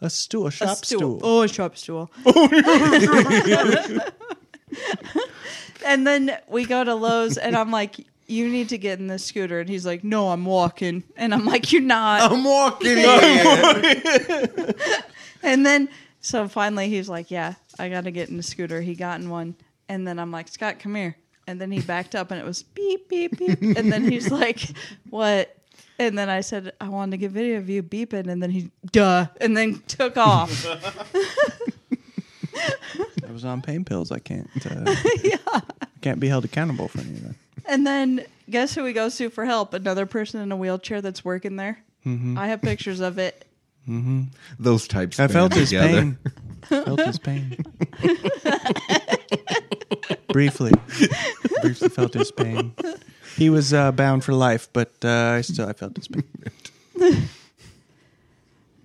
A stool. A shop A stool. Oh, a shop stool. and then we go to Lowe's, and I'm like, "You need to get in the scooter," and he's like, "No, I'm walking," and I'm like, "You're not." I'm walking here. And then so finally he's like, "Yeah, I got to get in the scooter." He got in one, and then I'm like, "Scott, come here." And then he backed up, and it was beep beep beep. And then he's like, "What?" And then I said, "I wanted to get video of you beeping," and then he duh, and then took off. I was on pain pills. I can't. Uh, Can't be held accountable for any of that. And then guess who he goes to for help? Another person in a wheelchair that's working there. Mm-hmm. I have pictures of it. Those types. I felt band his together. pain. felt his pain. Briefly. Briefly felt his pain. He was uh, bound for life, but uh, I still I felt his pain.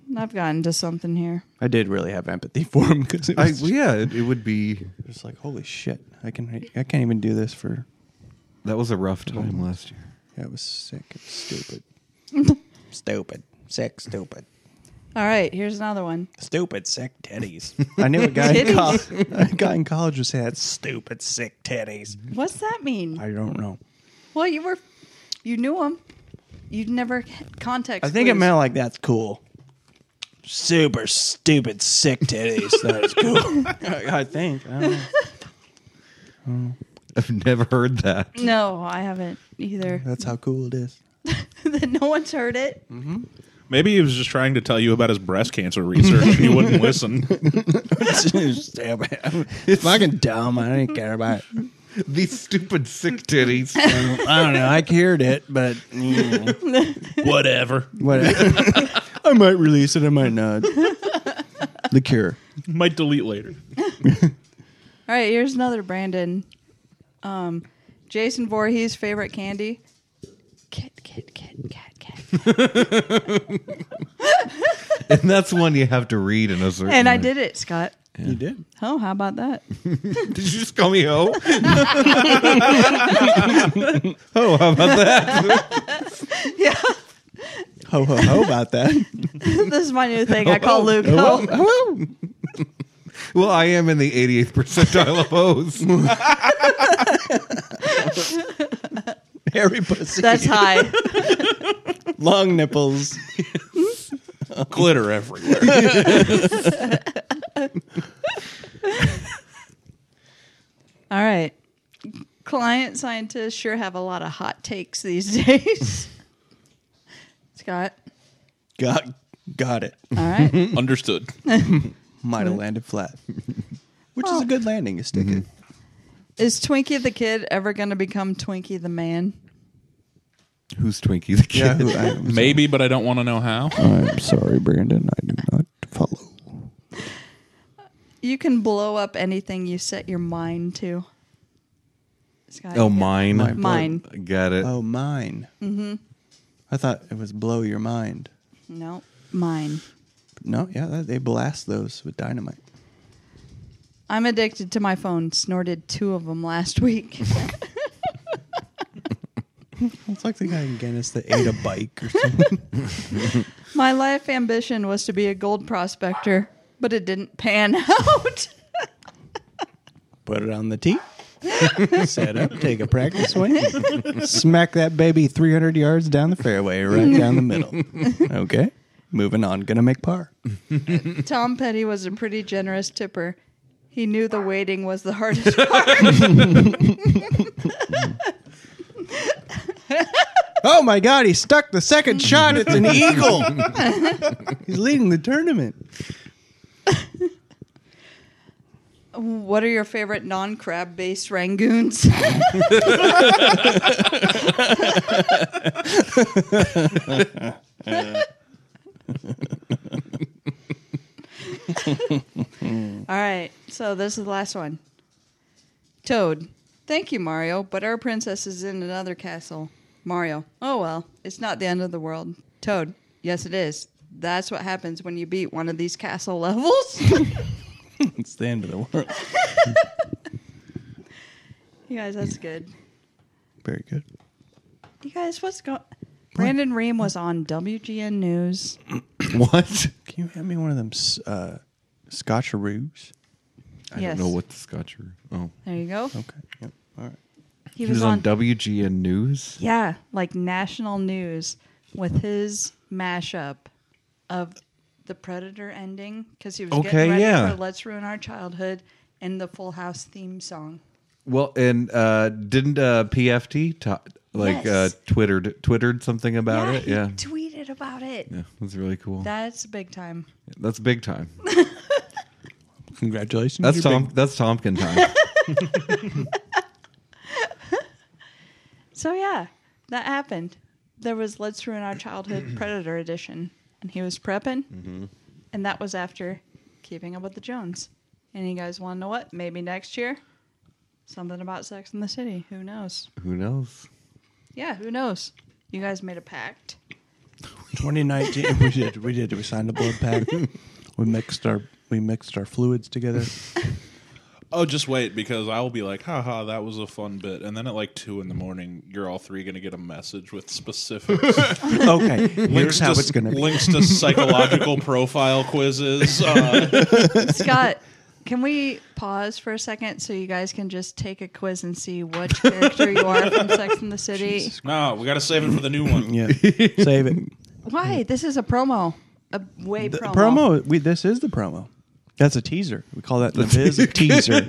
And I've gotten to something here. I did really have empathy for him because it I, was well, yeah, it, it would be. just like holy shit. I can I can't even do this for. That was a rough time last year. Yeah, it was sick. It was stupid. stupid. Sick. Stupid. All right, here's another one. Stupid sick titties. I knew a guy in college. A guy in college was saying that stupid sick titties. What's that mean? I don't know. well, you were, you knew him. You'd never had context. I think it clues. meant like that's cool. Super stupid sick titties. That is cool. I think. I don't know. I've never heard that. No, I haven't either. That's how cool it is. no one's heard it. Maybe he was just trying to tell you about his breast cancer research and you wouldn't listen. stupid. It's fucking dumb. I don't care about it. These stupid sick titties. I don't know. I cured it, but you know, Whatever. whatever. I might release it. I might not. The cure. Might delete later. All right, here's another Brandon. Um, Jason Voorhees' favorite candy. Kit, kit, kit, cat, cat. and that's one you have to read in a certain. And I way. did it, Scott. You did. Oh, how about that? Did you just call me ho? oh, how about that? Yeah. Ho ho ho about that. this is my new thing. I call Luke. Ho, Oh, ho. Well, I am in the 88th percentile of O's. Hairy pussy. that's high. long nipples. glitter everywhere. All right. Client scientists sure have a lot of hot takes these days. Scott. Got got it. All right. Understood. Might have landed flat, Oh. Mm-hmm. which is a good landing. You stick it. Is Twinkie the kid ever going to become Twinkie the man? Who's Twinkie the Yeah, kid? I'm, Maybe, but I don't want to know how. sorry, Brandon. I do not follow. You can blow up anything you set your mind to. Scott. oh, you get- mine. Mine. Got it. Oh, mine. Mm-hmm. I thought it was blow your mind. No, mine. No, yeah, that- they blast those with dynamite. I'm addicted to my phone. Snorted two of them last week. It's like the guy in Guinness that ate a bike or something. my life ambition was to be a gold prospector, but it didn't pan out. Put it on the tee. Set up, take a practice swing, smack that baby 300 yards down the fairway, right down the middle. Okay, moving on. Gonna make par. Tom Petty was a pretty generous tipper. He knew the waiting was the hardest part. Oh my God, he stuck the second shot. It's an eagle. He's leading the tournament. what are your favorite non crab based Rangoons? All right, so this is the last one. Toad, thank you, Mario, but our princess is in another castle. Mario, oh well, it's not the end of the world. Toad, yes, it is. That's what happens when you beat one of these castle levels. It's the end of the world. you guys, that's good. Very good. You guys, what's going? Brandon Ream was on WGN News. What? Can you hand me one of them s- uh, Scotcheroos? I Yes. don't know what the Scotch are. Oh. There you go. Okay. Yep. All right. He He was on WGN News. yeah, like national news with his mashup of the Predator ending because he was Okay, getting ready yeah. for "Let's Ruin Our Childhood" and the Full House theme song. Well, and uh, didn't uh, PFT ta- like Yes. uh, twittered twittered something about it? he Yeah. tweeted about it. yeah, that's really cool. That's big time. that's big time. Congratulations. That's you're Tom. big. That's Tompkin time. So yeah, that happened. There was "Let's Ruin Our Childhood" Predator edition, and he was prepping, Mm-hmm. and that was after Keeping Up with the Jones. And you guys want to know what? Maybe next year, something about Sex in the City. Who knows? Who knows? Yeah, who knows? You guys made a pact. 2019. we did. We did. We signed a blood pact. we mixed our we mixed our fluids together. Oh, just wait because I will be like, haha, that was a fun bit. And then at like two in the morning, you're all three going to get a message with specific Okay. Here's how to, it's gonna be. links to psychological profile quizzes. Uh, Scott, can we pause for a second so you guys can just take a quiz and see which character you are from Sex in the City? no, we got to save it for the new one. Yeah. Save it. Why? This is a promo. A way The promo. promo. We this is the promo. That's a teaser. We call that the biz a teaser.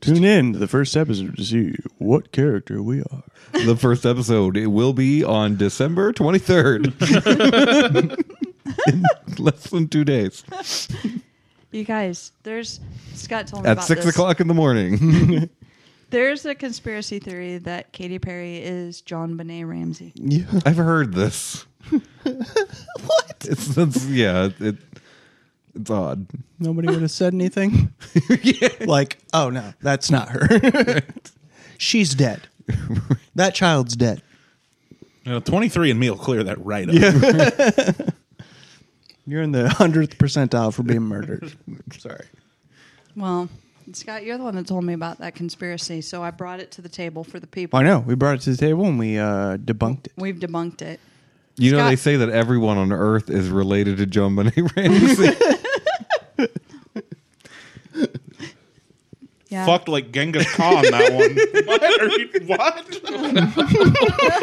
Tune in to the first episode to see what character we are. the first episode. It will be on December 23rd. In less than two days. You guys, there's Scott told me At about six this. o'clock in the morning. There's a conspiracy theory that Katy Perry is John Benet Ramsey. I've heard this. what? It's, it's- yeah, it, it's odd. Nobody would have said anything. Like, oh no, that's not her. She's dead. That child's dead. You know, 23 and me will clear that right up. You're in the hundredth percentile for being murdered. Sorry. Well, Scott, you're the one that told me about that conspiracy, so I brought it to the table for the people. I know. We brought it to the table and we uh, debunked it. We've debunked it. You know, Scott- they say that everyone on Earth is related to John Benet Ramsey. Yeah. Fucked like Genghis Khan, that one. What? Are you, what?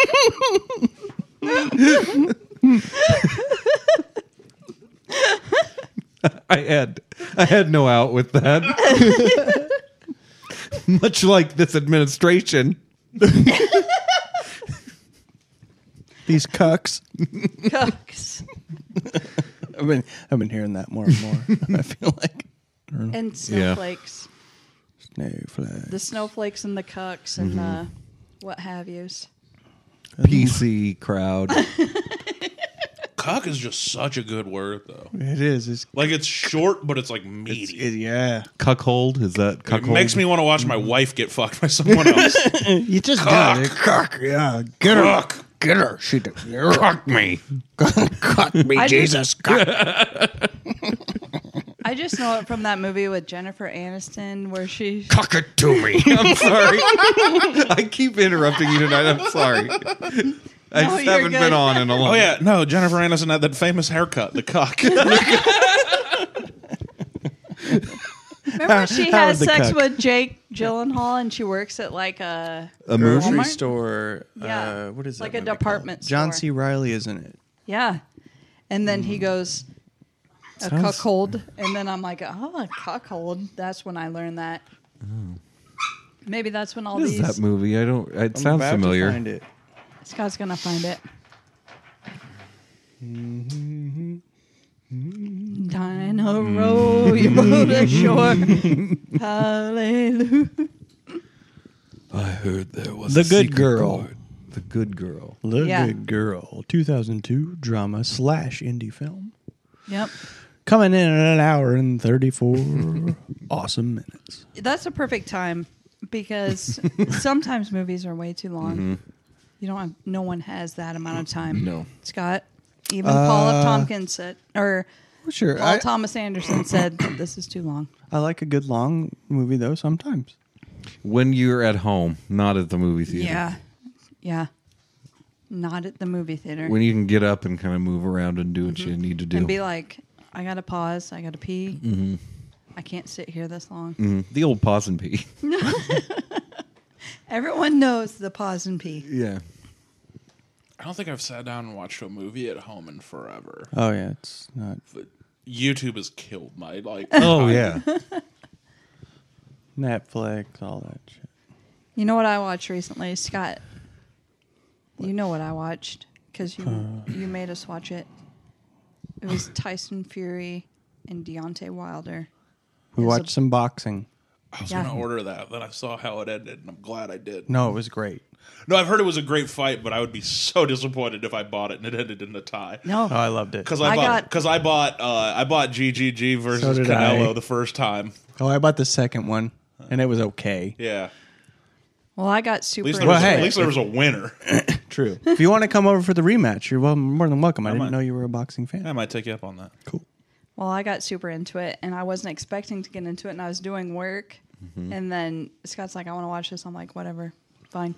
I had I had no out with that. Much like this administration. These cucks. Cooks. I've been I've been hearing that more and more. I feel like and snowflakes. snowflake. The snowflakes and the cucks and the Mm-hmm. what have yous. PC crowd. Cock is just such a good word, though. It is. It's, Like, it's short, but it's like it's meaty. it, yeah. Cuckold? Is that it cuckold? makes me want to watch my wife get fucked by someone else. You just got it. Cuck. Yeah. Get her. Fuck. Get her. She Cuck me. Cuck me, I just- Jesus. Cuck. I just know it from that movie with Jennifer Aniston where she Cuck it to me. I'm sorry. I keep interrupting you tonight. I'm sorry. I No, just you're haven't good. been on in a long Oh, yeah. No, Jennifer Aniston had that famous haircut, the cock. remember she Howard had the sex cuck. with Jake Gyllenhaal and she works at like a A movie? Walmart? store. Yeah. Uh, what is that Like a movie called? department John store. C. Riley, isn't it? yeah, and then Hmm. he goes a Sounds- cuckold, and then I'm like oh a cuckold. That's when I learned that. Maybe that's when all Oh. What is these that movie? I don't. It I'm sounds about to familiar. find it. Scott's gonna find it. Mm-hmm. Dino row you ashore. Mm-hmm. Hallelujah. I heard there was The a Good secret Girl. chord. The good girl. The Yeah. Good Girl, 2002 drama slash indie film. Yep. Coming in at an hour and 34 awesome minutes. That's a perfect time because sometimes movies are way too long. You don't have, no one has that amount of time. Mm-hmm. No. Scott, even Paul F. Uh, Tompkins said or Sure. Paul I, Thomas Anderson said this is too long. I like a good long movie, though, sometimes. When you're at home, not at the movie theater. Yeah. Yeah. Not at the movie theater. When you can get up and kind of move around and do what you need to Mm-hmm. do. Mm-hmm. and be like, I gotta pause, I gotta pee. I can't sit here this long. the old pause and pee. Everyone knows the pause and pee. Yeah. I don't think I've sat down and watched a movie at home in forever. Oh, yeah. It's not. YouTube has killed my, like, Oh yeah. Netflix, all that shit. You know what I watched recently, Scott? You know what I watched because you you made us watch it. It was Tyson Fury and Deontay Wilder. We There's watched a- some boxing. I was Yeah. going to order that, then I saw how it ended, and I'm glad I did. No, it was great. No, I've heard it was a great fight, but I would be so disappointed if I bought it and it ended in a tie. No, Oh, I loved it. Because I, I bought got- because I bought uh, I bought GGG versus did Canelo I. the first time. Oh, I bought the second one, and it was okay. Yeah, at well, I got super. least there, Well, was, hey. at least there was a winner. True. if you want to come over for the rematch, you're wel- more than welcome. I didn't might. know you were a boxing fan. I might take you up on that. Cool. Well, I got super into it and I wasn't expecting to get into it and I was doing work. Mm-hmm. And then Scott's like, I want to watch this. I'm like, whatever, fine.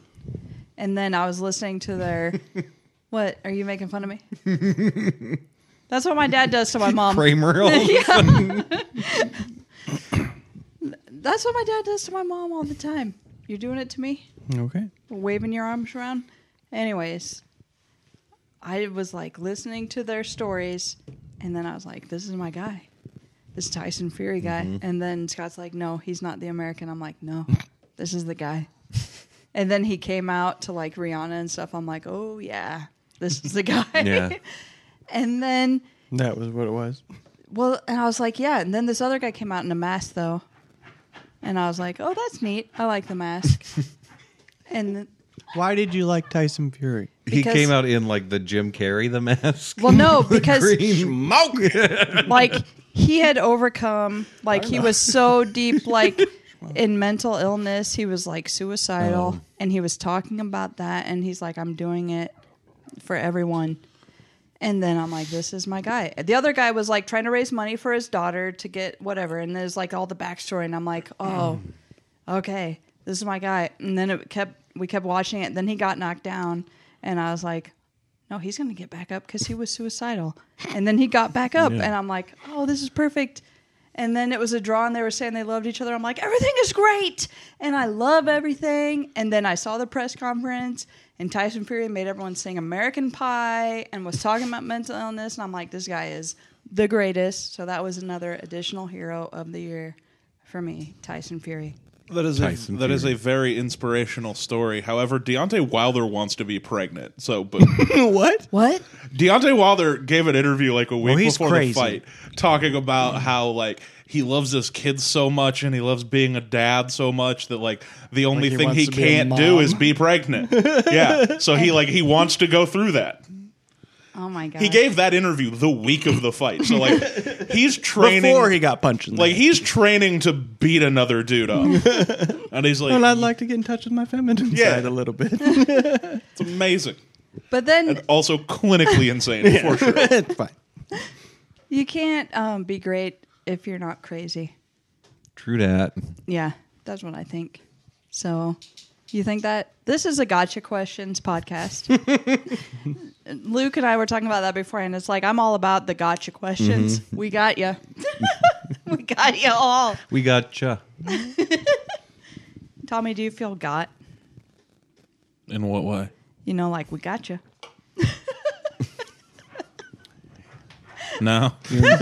And then I was listening to their, what, are you making fun of me? That's what my dad does to my mom. Kramer. all of a sudden. That's what my dad does to my mom all the time. You're doing it to me, Okay. waving your arms around. Anyways, I was like listening to their stories and then I was like, this is my guy. this Tyson Fury guy. And then Scott's like, no, he's not the American. I'm like, no, this is the guy. And then he came out to like Rihanna and stuff. I'm like, oh, yeah, this is the guy. Yeah. and then, That was what it was. well, and I was like, yeah. And then this other guy came out in a mask, though. And I was like, oh, that's neat. I like the mask. and, th- Why did you like Tyson Fury? He Because- came out in like the Jim Carrey the mask. well, no, because Green. like he had overcome like he was so deep like in mental illness he was like suicidal and he was talking about that and he's like i'm doing it for everyone and then i'm like this is my guy the other guy was like trying to raise money for his daughter to get whatever and there's like all the backstory and i'm like oh okay this is my guy and then it kept we kept watching it then he got knocked down and i was like no, he's going to get back up because he was suicidal. And then he got back up, and I'm like, oh, this is perfect. And then it was a draw, and they were saying they loved each other. I'm like, everything is great, and I love everything. And then I saw the press conference, and Tyson Fury made everyone sing American Pie and was talking about mental illness. And I'm like, this guy is the greatest. So that was another additional hero of the year for me, Tyson Fury. That is a, Tyson that is Fury. a very inspirational story. However, Deontay Wilder wants to be pregnant. So, but what? What? Deontay Wilder gave an interview like a week Well, he's before crazy. the fight, talking about how like he loves his kids so much and he loves being a dad so much that like the only he thing wants he to be a can't do mom. is be pregnant. yeah, so he like he wants to go through that. Oh my god! He gave that interview the week of the fight, so like he's training Before he got punched in the like head. he's training to beat another dude up, and he's like, Well, I'd like to get in touch with my feminine Yeah. side a little bit. it's amazing. But then also clinically insane for sure. It's fine. you can't um, be great if you're not crazy. True that. Yeah, that's what I think. So, you think that this is a gotcha questions podcast? Luke and I were talking about that before, and it's like I'm all about the gotcha questions. Mm-hmm. We got you. we got you all. We got ya. Tommy, do you feel got? In what way? You know, like we got you. No. Well,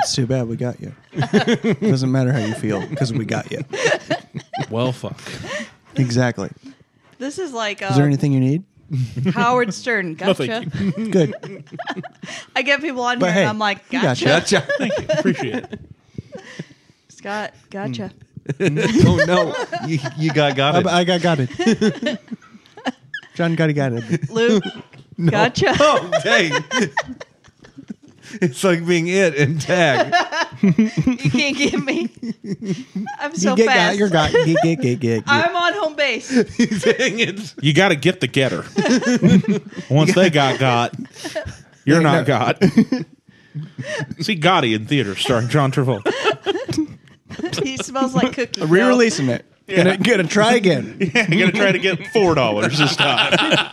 it's too bad we got you. Doesn't matter how you feel because we got you. well, fuck. Exactly. This is like Is there uh, anything you need? Howard Stern. Gotcha. thank Good. I get people on But here, hey, and I'm like, you gotcha. Gotcha. Thank you. Appreciate it. Scott, gotcha. oh no, you, you got got I, it. I got got it. John Gotti got it. Luke, gotcha. oh dang! it's like being it and tag. You can't get me. I'm so you get fast. got, you're got, get, get, get, get. I'm on home base. dang it! You got to get the getter. Once they got got, you're not got. See Gotti in theater starring John Travolta. he smells like cookies. Re-releasing it. Gonna, gonna try again. I'm gonna try to get four dollars this time.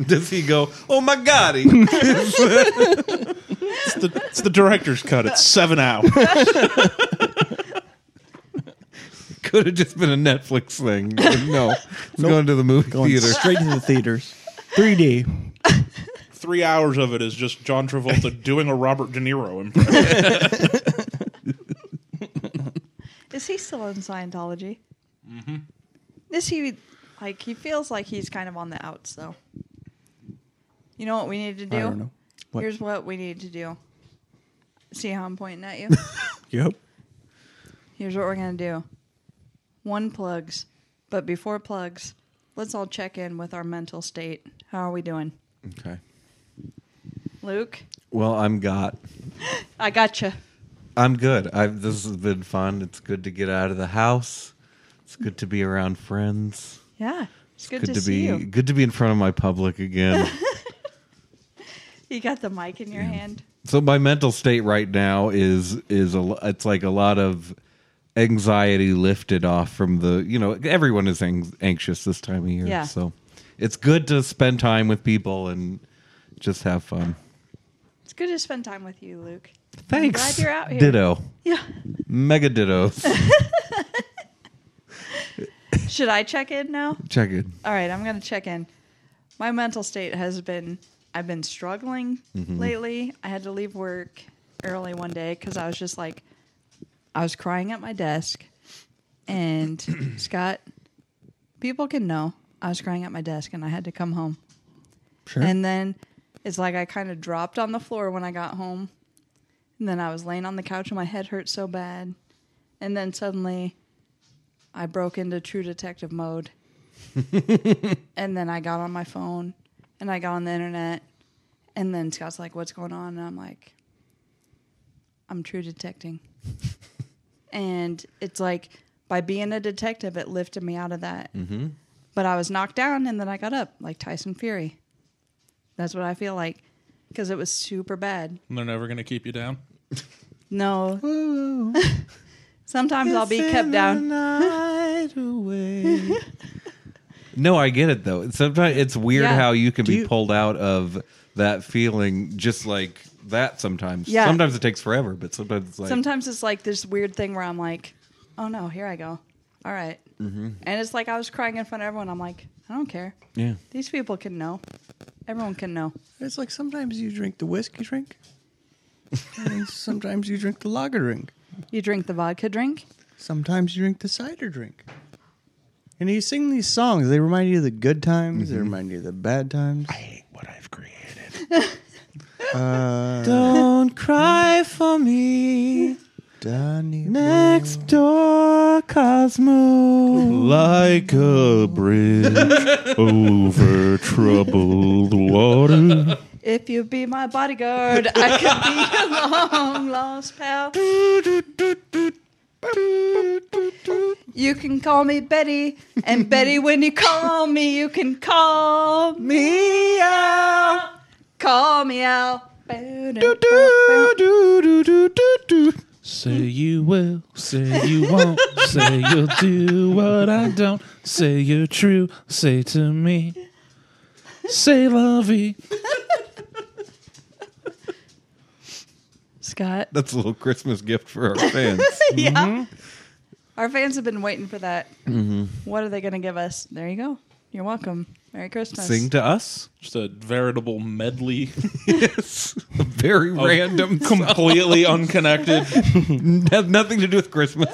Does he go? Oh my god! He- It's the, it's the director's cut. It's seven hours. Could have just been a Netflix thing. but No, it's going to the movie Going theater. straight to the theaters. 3D. Three hours of it is just John Travolta doing a Robert De Niro impression. Is he still in Scientology? Mm-hmm. Is he like he feels like he's kind of on the outs though? You know what we need to do? I don't know. What? Here's what we need to do. See how I'm pointing at you? Yep. Here's what we're gonna do. One plugs, but before plugs, let's all check in with our mental state. How are we doing, Okay. Luke? Well, I'm got. I gotcha. I'm good. I've, this has been fun. It's good to get out of the house. It's good to be around friends. Yeah, it's good, Good to, to, see be you. good to be in front of my public again. You got the mic in your hand. so my mental state right now is is a lo- it's like a lot of anxiety lifted off from the you know everyone is ang- anxious this time of year. Yeah. So it's good to spend time with people and just have fun. It's good to spend time with you, Luke. Thanks. glad you're out here. Ditto. Yeah. Mega dittos. Should I check in now? Check it. All right, I'm going to check in. My mental state has been I've been struggling lately. I had to leave work early one day cuz I was just like I was crying at my desk and Scott people can know I was crying at my desk and I had to come home. Sure. And then it's like I kind of dropped on the floor when I got home. And then I was laying on the couch and my head hurt so bad. And then suddenly I broke into true detective mode. and then I got on my phone and I got on the internet. And then Scott's like, What's going on? And I'm like, I'm true detecting. and it's like, by being a detective, it lifted me out of that. Mm-hmm. But I was knocked down and then I got up like Tyson Fury. That's what I feel like because it was super bad. They're never going to keep you down. No. Sometimes I'll be kept down. No, I get it though. Sometimes it's weird Yeah. how you can Do be you- pulled out of that feeling just like that sometimes. Yeah. Sometimes it takes forever, but sometimes it's like Sometimes it's like this weird thing where I'm like, oh no, here I go. All right. Mm-hmm. And it's like I was crying in front of everyone. I'm like, I don't care. Yeah. These people can know. Everyone can know. It's like sometimes you drink the whiskey drink, and sometimes you drink the lager drink. You drink the vodka drink. Sometimes you drink the cider drink. And you sing these songs. They remind you of the good times. They remind you of the bad times. hate what I've created. Uh, Don't cry for me Donnie next door Cosmo. Like a bridge over troubled water. If you be my bodyguard, I could be a long lost pal. You can call me Betty, and Betty, when you call me, you can call me out. Call me out. Say you will, say you won't, say you'll do what I don't, say you're true, say to me, say lovey. Scott, That's a little Christmas gift for our fans. yeah. Our fans have been waiting for that. What are they going to give us? There you go. You're welcome. Merry Christmas. Sing to us. Just a veritable medley, Yes. A very random completely unconnected. have nothing to do with Christmas.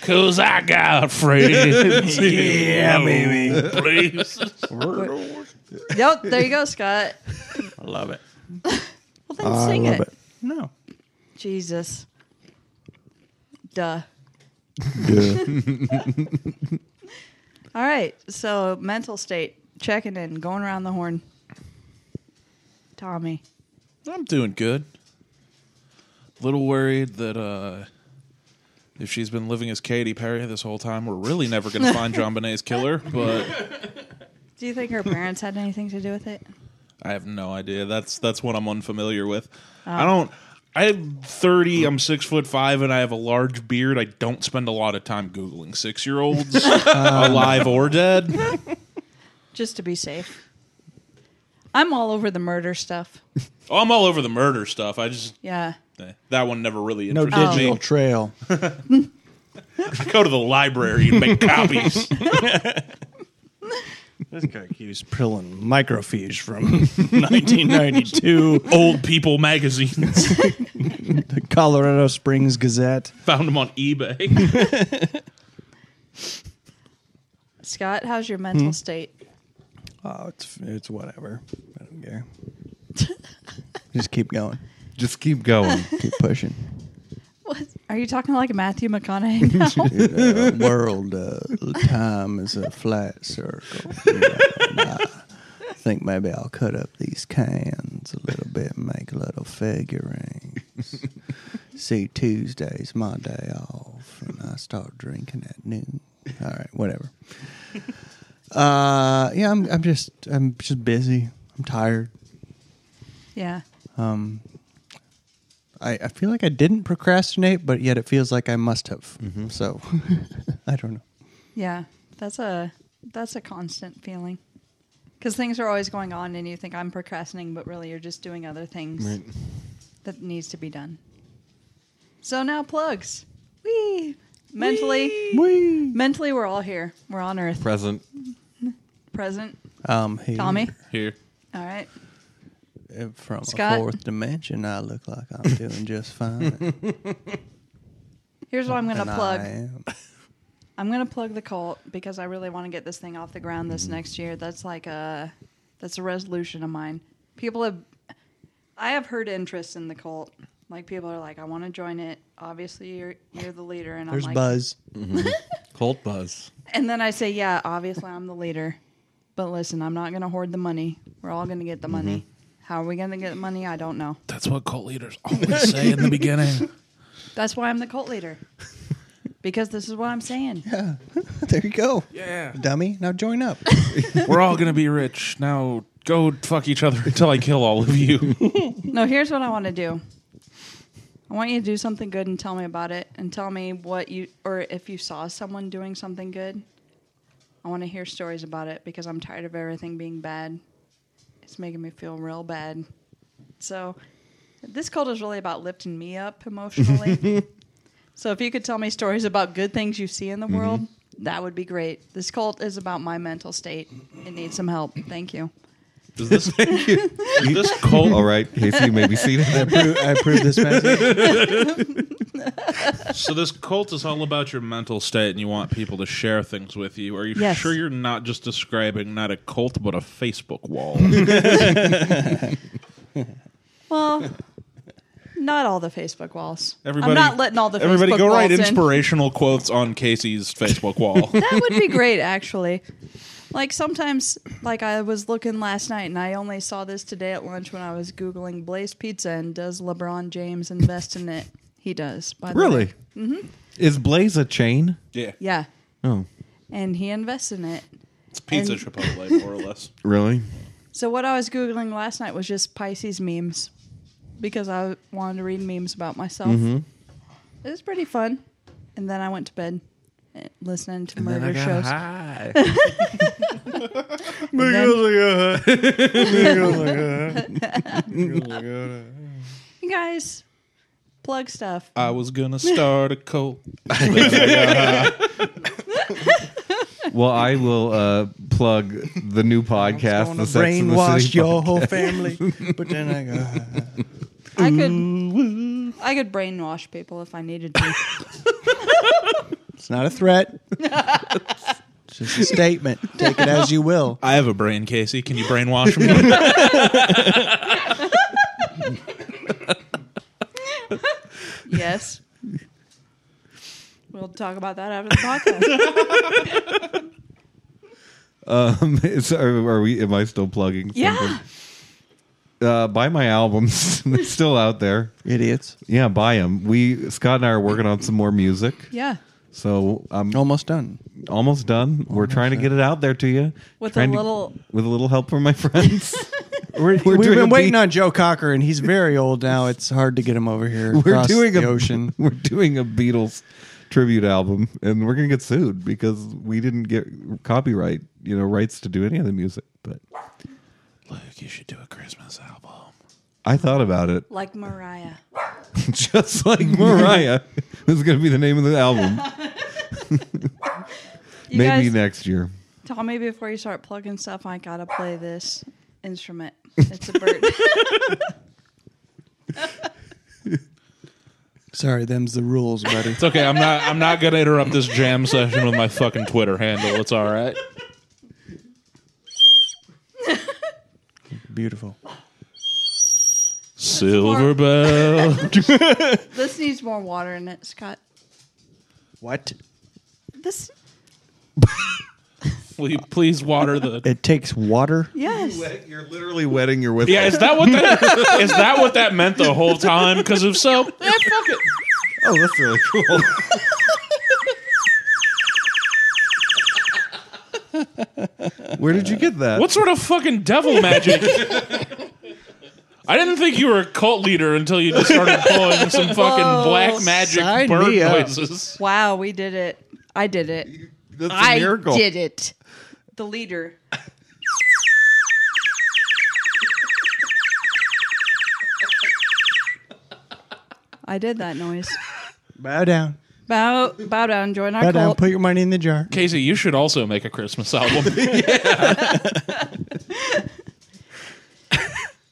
Cause I got friends. yeah, baby. Places. Yep, there you go, Scott. I love it. Well, then sing it. No. Jesus. Duh. All right, so mental state, checking in, going around the horn. Tommy. I'm doing good. A little worried that uh, if she's been living as Katy Perry this whole time, we're really never going to find John Bonet's killer. But Do you think her parents had anything to do with it? I have no idea. That's that's what I'm unfamiliar with. I don't. I'm 30. I'm six foot five, and I have a large beard. I don't spend a lot of time googling six year olds alive or dead. Just to be safe. I'm all over the murder stuff. I'm all over the murder stuff. I just Yeah. eh, that one never really No interested digital me. trail. Go to the library and make copies. this guy keeps pulling microfiche from 1992, Old people magazines. the Colorado Springs Gazette. Found them on eBay. Scott, how's your mental state? Oh, it's it's whatever. I don't care. Just keep going. Just keep going. Keep pushing. What? Are you talking like Matthew McConaughey now? The world, uh, time is a flat circle. You know, and I think maybe I'll cut up these cans a little bit, and make little figurines. See, Tuesday's my day off, and I start drinking at noon. All right, whatever. Uh, yeah, I'm. I'm just. I'm just busy. I'm tired. yeah. I, I feel like I didn't procrastinate, but yet it feels like I must have. So I don't know. Yeah. That's a that's a constant feeling. Cuz things are always going on and you think I'm procrastinating but really you're just doing other things that needs to be done. So now plugs. Wee. Mentally Whee! mentally we're all here. We're on earth Present. present. Um, hey, Tommy. Here, All right. uh, From Scott? a fourth dimension, I look like I'm doing just fine. Here's what I'm going to And plug. I am. I'm gonna plug the cult because I really want to get this thing off the ground this next year. That's like a that's a resolution of mine. People have I have heard interest in the cult. Like people are like, I want to join it. Obviously, you're you're the leader, and There's I'm like, Buzz. Colt Buzz. and then I say, yeah, obviously I'm the leader. But listen, I'm not gonna hoard the money. We're all gonna get the money. How are we gonna get the money? I don't know. that's what cult leaders always say in the beginning. That's why I'm the cult leader. Because this is what I'm saying. There you go, Yeah, dummy. Now join up. we're all gonna be rich now. Go fuck each other until I kill all of you. No, here's what I want to do. I want you to do something good and tell me about it and tell me what you or if you saw someone doing something good I want to hear stories about it because I'm tired of everything being bad. It's making me feel real bad. So, this cult is really about lifting me up emotionally. so, if you could tell me stories about good things you see in the world, that would be great. This cult is about my mental state. It needs some help. Thank you. Does this Thank you. this cult All right, Casey, you may be seated. I approve this message. So this cult is all about your mental state, and you want people to share things with you. Are you Yes. sure you're not just describing not a cult but a Facebook wall? Well, not all the Facebook walls. Everybody, I'm not letting all the everybody Facebook go walls write in. inspirational quotes on Casey's Facebook wall. that would be great actually like sometimes like i was looking last night and i only saw this today at lunch when i was googling blaze pizza and does lebron james invest in it he does by the way. Really? Mm-hmm. Is Blaze a chain? yeah, yeah Oh, and he invests in it it's pizza And- Chipotle, more or less. really? so what i was googling last night was just pisces memes because i wanted to read memes about myself it was pretty fun and then i went to bed eh, listening to murder shows high. And then- you guys plug stuff I was gonna start a cult. Well, I will uh, plug the new podcast, gonna the Sex and the brainwash City. your whole family, but then I go. "Ah." I could I could brainwash people if I needed to. It's not a threat. it's just a statement. Take it as you will. I have a brain, Casey. Can you brainwash me? yes. We'll talk about that after the podcast. Um, it's- are, are we? Am I still plugging? yeah. something? Uh, buy my albums. They're still out there. Idiots. Yeah, buy them. We Scott and I are working on some more music, Yeah. so I'm Almost done. almost done. We're trying to get it out there to you With a Trying to- little- with a little help from my friends. we're, we're We've doing a been waiting beat- on Joe Cocker, and he's very old now. It's hard to get him over here. We're across doing the a ocean. We're doing a Beatles tribute album, and we're gonna get sued because we didn't get copyright, you know, rights to do any of the music. But Luke, you should do a Christmas album. I thought about it, Like Mariah. just like Mariah. this is gonna be the name of the album. You Maybe guys next year. tell me before you start plugging stuff I gotta play this instrument. It's a bird. Sorry, them's the rules, buddy. It's okay. I'm not. I'm not gonna interrupt this jam session with my fucking Twitter handle. It's all right. Beautiful. Silver bell. this needs more water in it, Scott. What? This Will you please water the? It takes water. yes. You're literally wetting your whistle. Yeah, is that what that is that what that meant the whole time? Because if so, yeah, fuck it. Oh, that's really cool. Where did you get that? What sort of fucking devil magic? I didn't think you were a cult leader until you just started pulling some fucking Whoa, black magic sign bird me up. noises. Wow, we did it. I did it. That's a I miracle. did it. The leader. I did that noise. Bow down. Bow, bow down, join our Bow down. cult. um, Put your money in the jar. Casey, you should also make a Christmas album.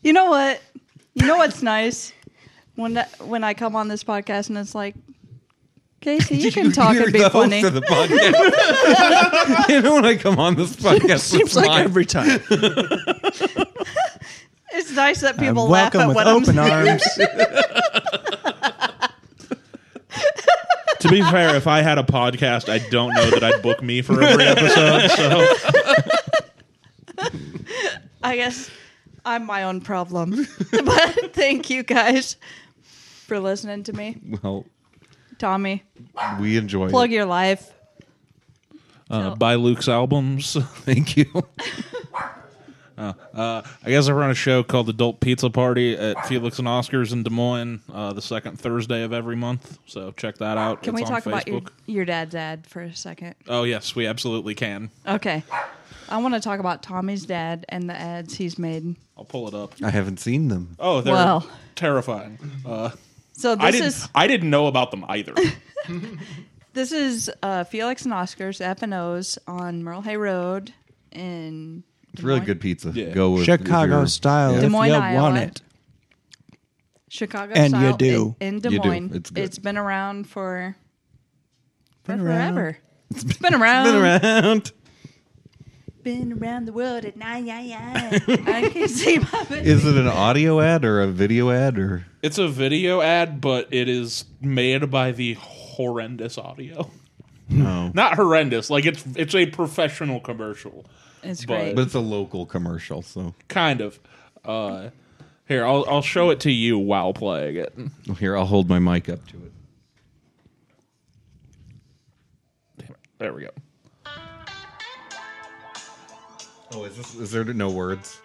you know what? You know what's nice when that, when I come on this podcast and it's like, Casey, you can talk You're and be the host funny. of the podcast. you know when I come on this podcast, it's Seems like mine. every time. It's nice that I'm people laugh Uh, welcome at with what I'm open saying. arms. to be fair, if I had a podcast, I don't know that I'd book me for every episode. So I guess I'm my own problem. but thank you guys for listening to me. well, Tommy, we enjoy. plug it. your life. uh, buy Luke's albums. Thank you. Uh, I guess I run a show called Adult Pizza Party at Felix and Oscars in Des Moines, uh, the second Thursday of every month. So check that out. Can It's we on talk Facebook. about your, your dad's ad for a second? Oh yes, we absolutely can. Okay. I want to talk about Tommy's dad and the ads he's made. I'll pull it up. I haven't seen them. Oh, they're Well. terrifying. Uh, So I this didn't. is I didn't know about them either. this is uh, Felix and Oscars F and O's on Merle Hay Road in It's really good pizza. Yeah. Go with if Chicago you're- style. Des if Moines, you Iowa. want it. Chicago And you style do. in, in Des You do. Moines. It's good. it's been around for, for Been around. forever. It's been around. Been around. Been around the world at nine, yeah, yeah. I can see my Is it an audio ad or a video ad or? it's a video ad, but it is made by the horrendous audio. No. Not horrendous. Like it's it's a professional commercial, It's But- great. But it's a local commercial, so kind of. Uh, here, I'll I'll show it to you while playing it. Mm, here I'll hold my mic up to it. There we go. Oh, is this? Is there no words?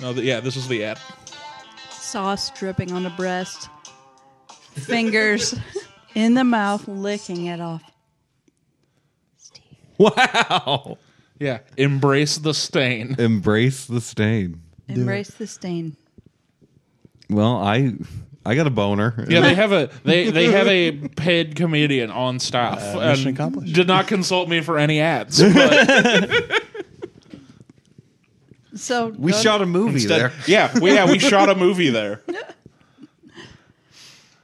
No, th- yeah, this is the ad. Sauce dripping on the breast, fingers in the mouth, licking it off. Wow. Yeah, embrace the stain. Embrace the stain. Embrace the stain. Well, I I got a boner. Yeah, they have a they they have a paid comedian on staff. Uh, mission accomplished. Did not consult me for any ads. But uh, So we shot a movie there. yeah, we, yeah, we shot a movie there.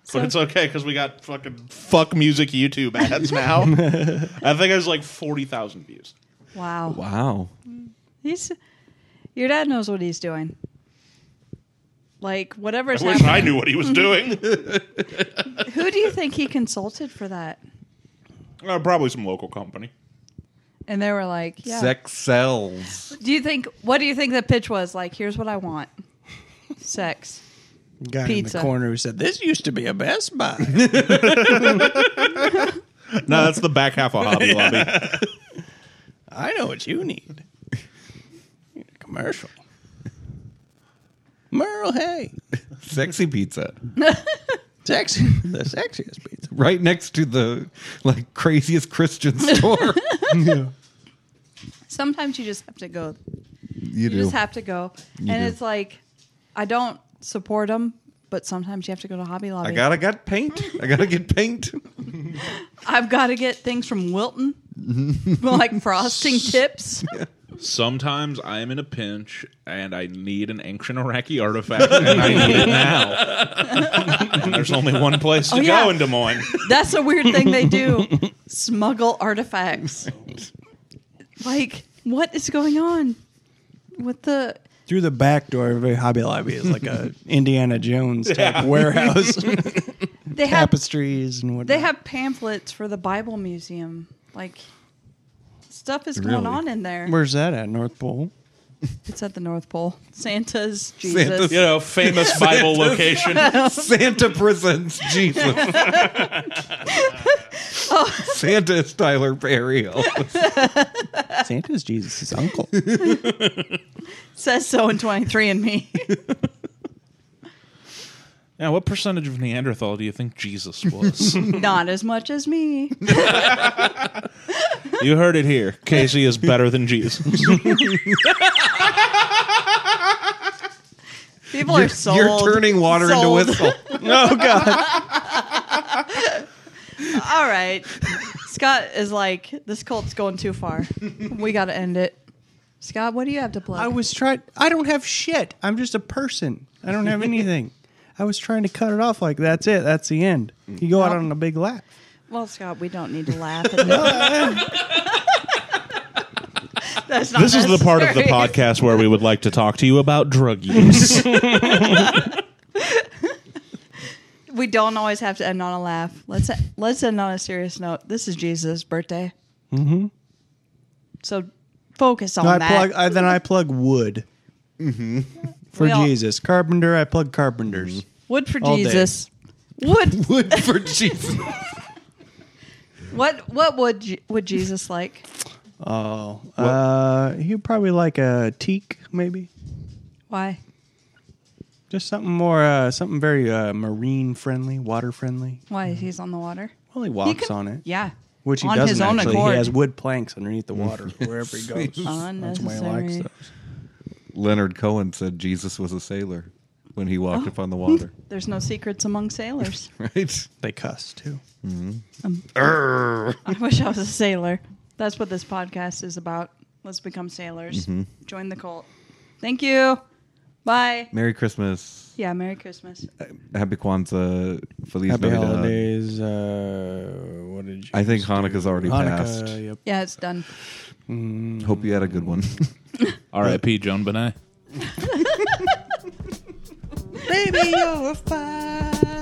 So, But it's okay because we got fucking fuck music YouTube ads now. I think it was like forty thousand views. wow. Wow. He's your dad knows what he's doing. Like whatever's I wish I happening. knew what he was doing. Who do you think he consulted for that? Uh, probably some local company. And they were like, "Yeah." Sex sells. do you think? What do you think the pitch was? Like, here's what I want: sex. Guy Pizza. in the corner who said, This used to be a Best Buy. No, that's the back half of Hobby Lobby. I know what you need. You need a commercial. Merle, hey. Sexy pizza. Sexy. The sexiest pizza. Right next to the like craziest Christian store. Sometimes you just have to go. you You do. just have to go, and do. it's like, I don't support them, but sometimes you have to go to Hobby Lobby. I gotta get paint. I gotta get paint. I've got to get things from Wilton, like frosting tips. Sometimes I am in a pinch and I need an ancient Iraqi artifact and I need it now. And there's only one place to Oh, yeah. go in Des Moines. That's a weird thing they do. Smuggle artifacts. Like, what is going on with the Through the back door of a Hobby Lobby is like a Indiana Jones type warehouse. they have Tapestries and whatnot. they have pamphlets for the Bible Museum. Like stuff is going Really? on in there. Where's that at? North Pole? it's at the North Pole. Santa's Jesus. Santa's- You know, famous Bible location. Santa presents Jesus. Oh. Santa is Tyler Perry. Santa's Jesus' uncle. Says so in twenty three and me. Now, what percentage of Neanderthal do you think Jesus was? Not as much as me. you heard it here. Casey is better than Jesus. People are sold. You're turning water Sold. into whistle. oh, God. All right. Scott is like, this cult's going too far. We got to end it. Scott, what do you have to plug? I was trying. I don't have shit. I'm just a person. I don't have anything. I was trying to cut it off like that's it. That's the end. You go out on a big laugh. well, Scott, we don't need to laugh. At that. That's not this is the part of the necessary. podcast where we would like to talk to you about drug use. We don't always have to end on a laugh. Let's let's end on a serious note. This is Jesus' birthday. Mm-hmm. So focus on I that. Mm-hmm. plug. I, then I plug wood for We all- Jesus. Carpenter. I plug carpenters. Wood for all day. Jesus. Wood. Wood for Jesus. What what would Je- would Jesus like? Oh, Mm-hmm. uh, he'd probably like a teak, maybe Why? just something more, uh, something very uh, marine friendly, water friendly. Why? He's on the water. Well, he walks could- on it, Yeah. which he on doesn't his own actually. accord. He has wood planks underneath the water wherever he goes. That's why he likes Unnecessary. those. Leonard Cohen said Jesus was a sailor when he Oh. walked upon the water. There's no secrets among sailors. Right? They cuss too. I wish I was a sailor. That's what this podcast is about. Let's become sailors. Mm-hmm. Join the cult. Thank you. Bye. Merry Christmas. Yeah, Merry Christmas. Uh, Happy Kwanzaa. Feliz Happy Navidad. holidays. Uh, what did you? I think just do? Hanukkah's already Hanukkah, passed. Yep. Yeah, it's done. Hope you had a good one. R.I.P. Joan Benet. Baby, you're a firework.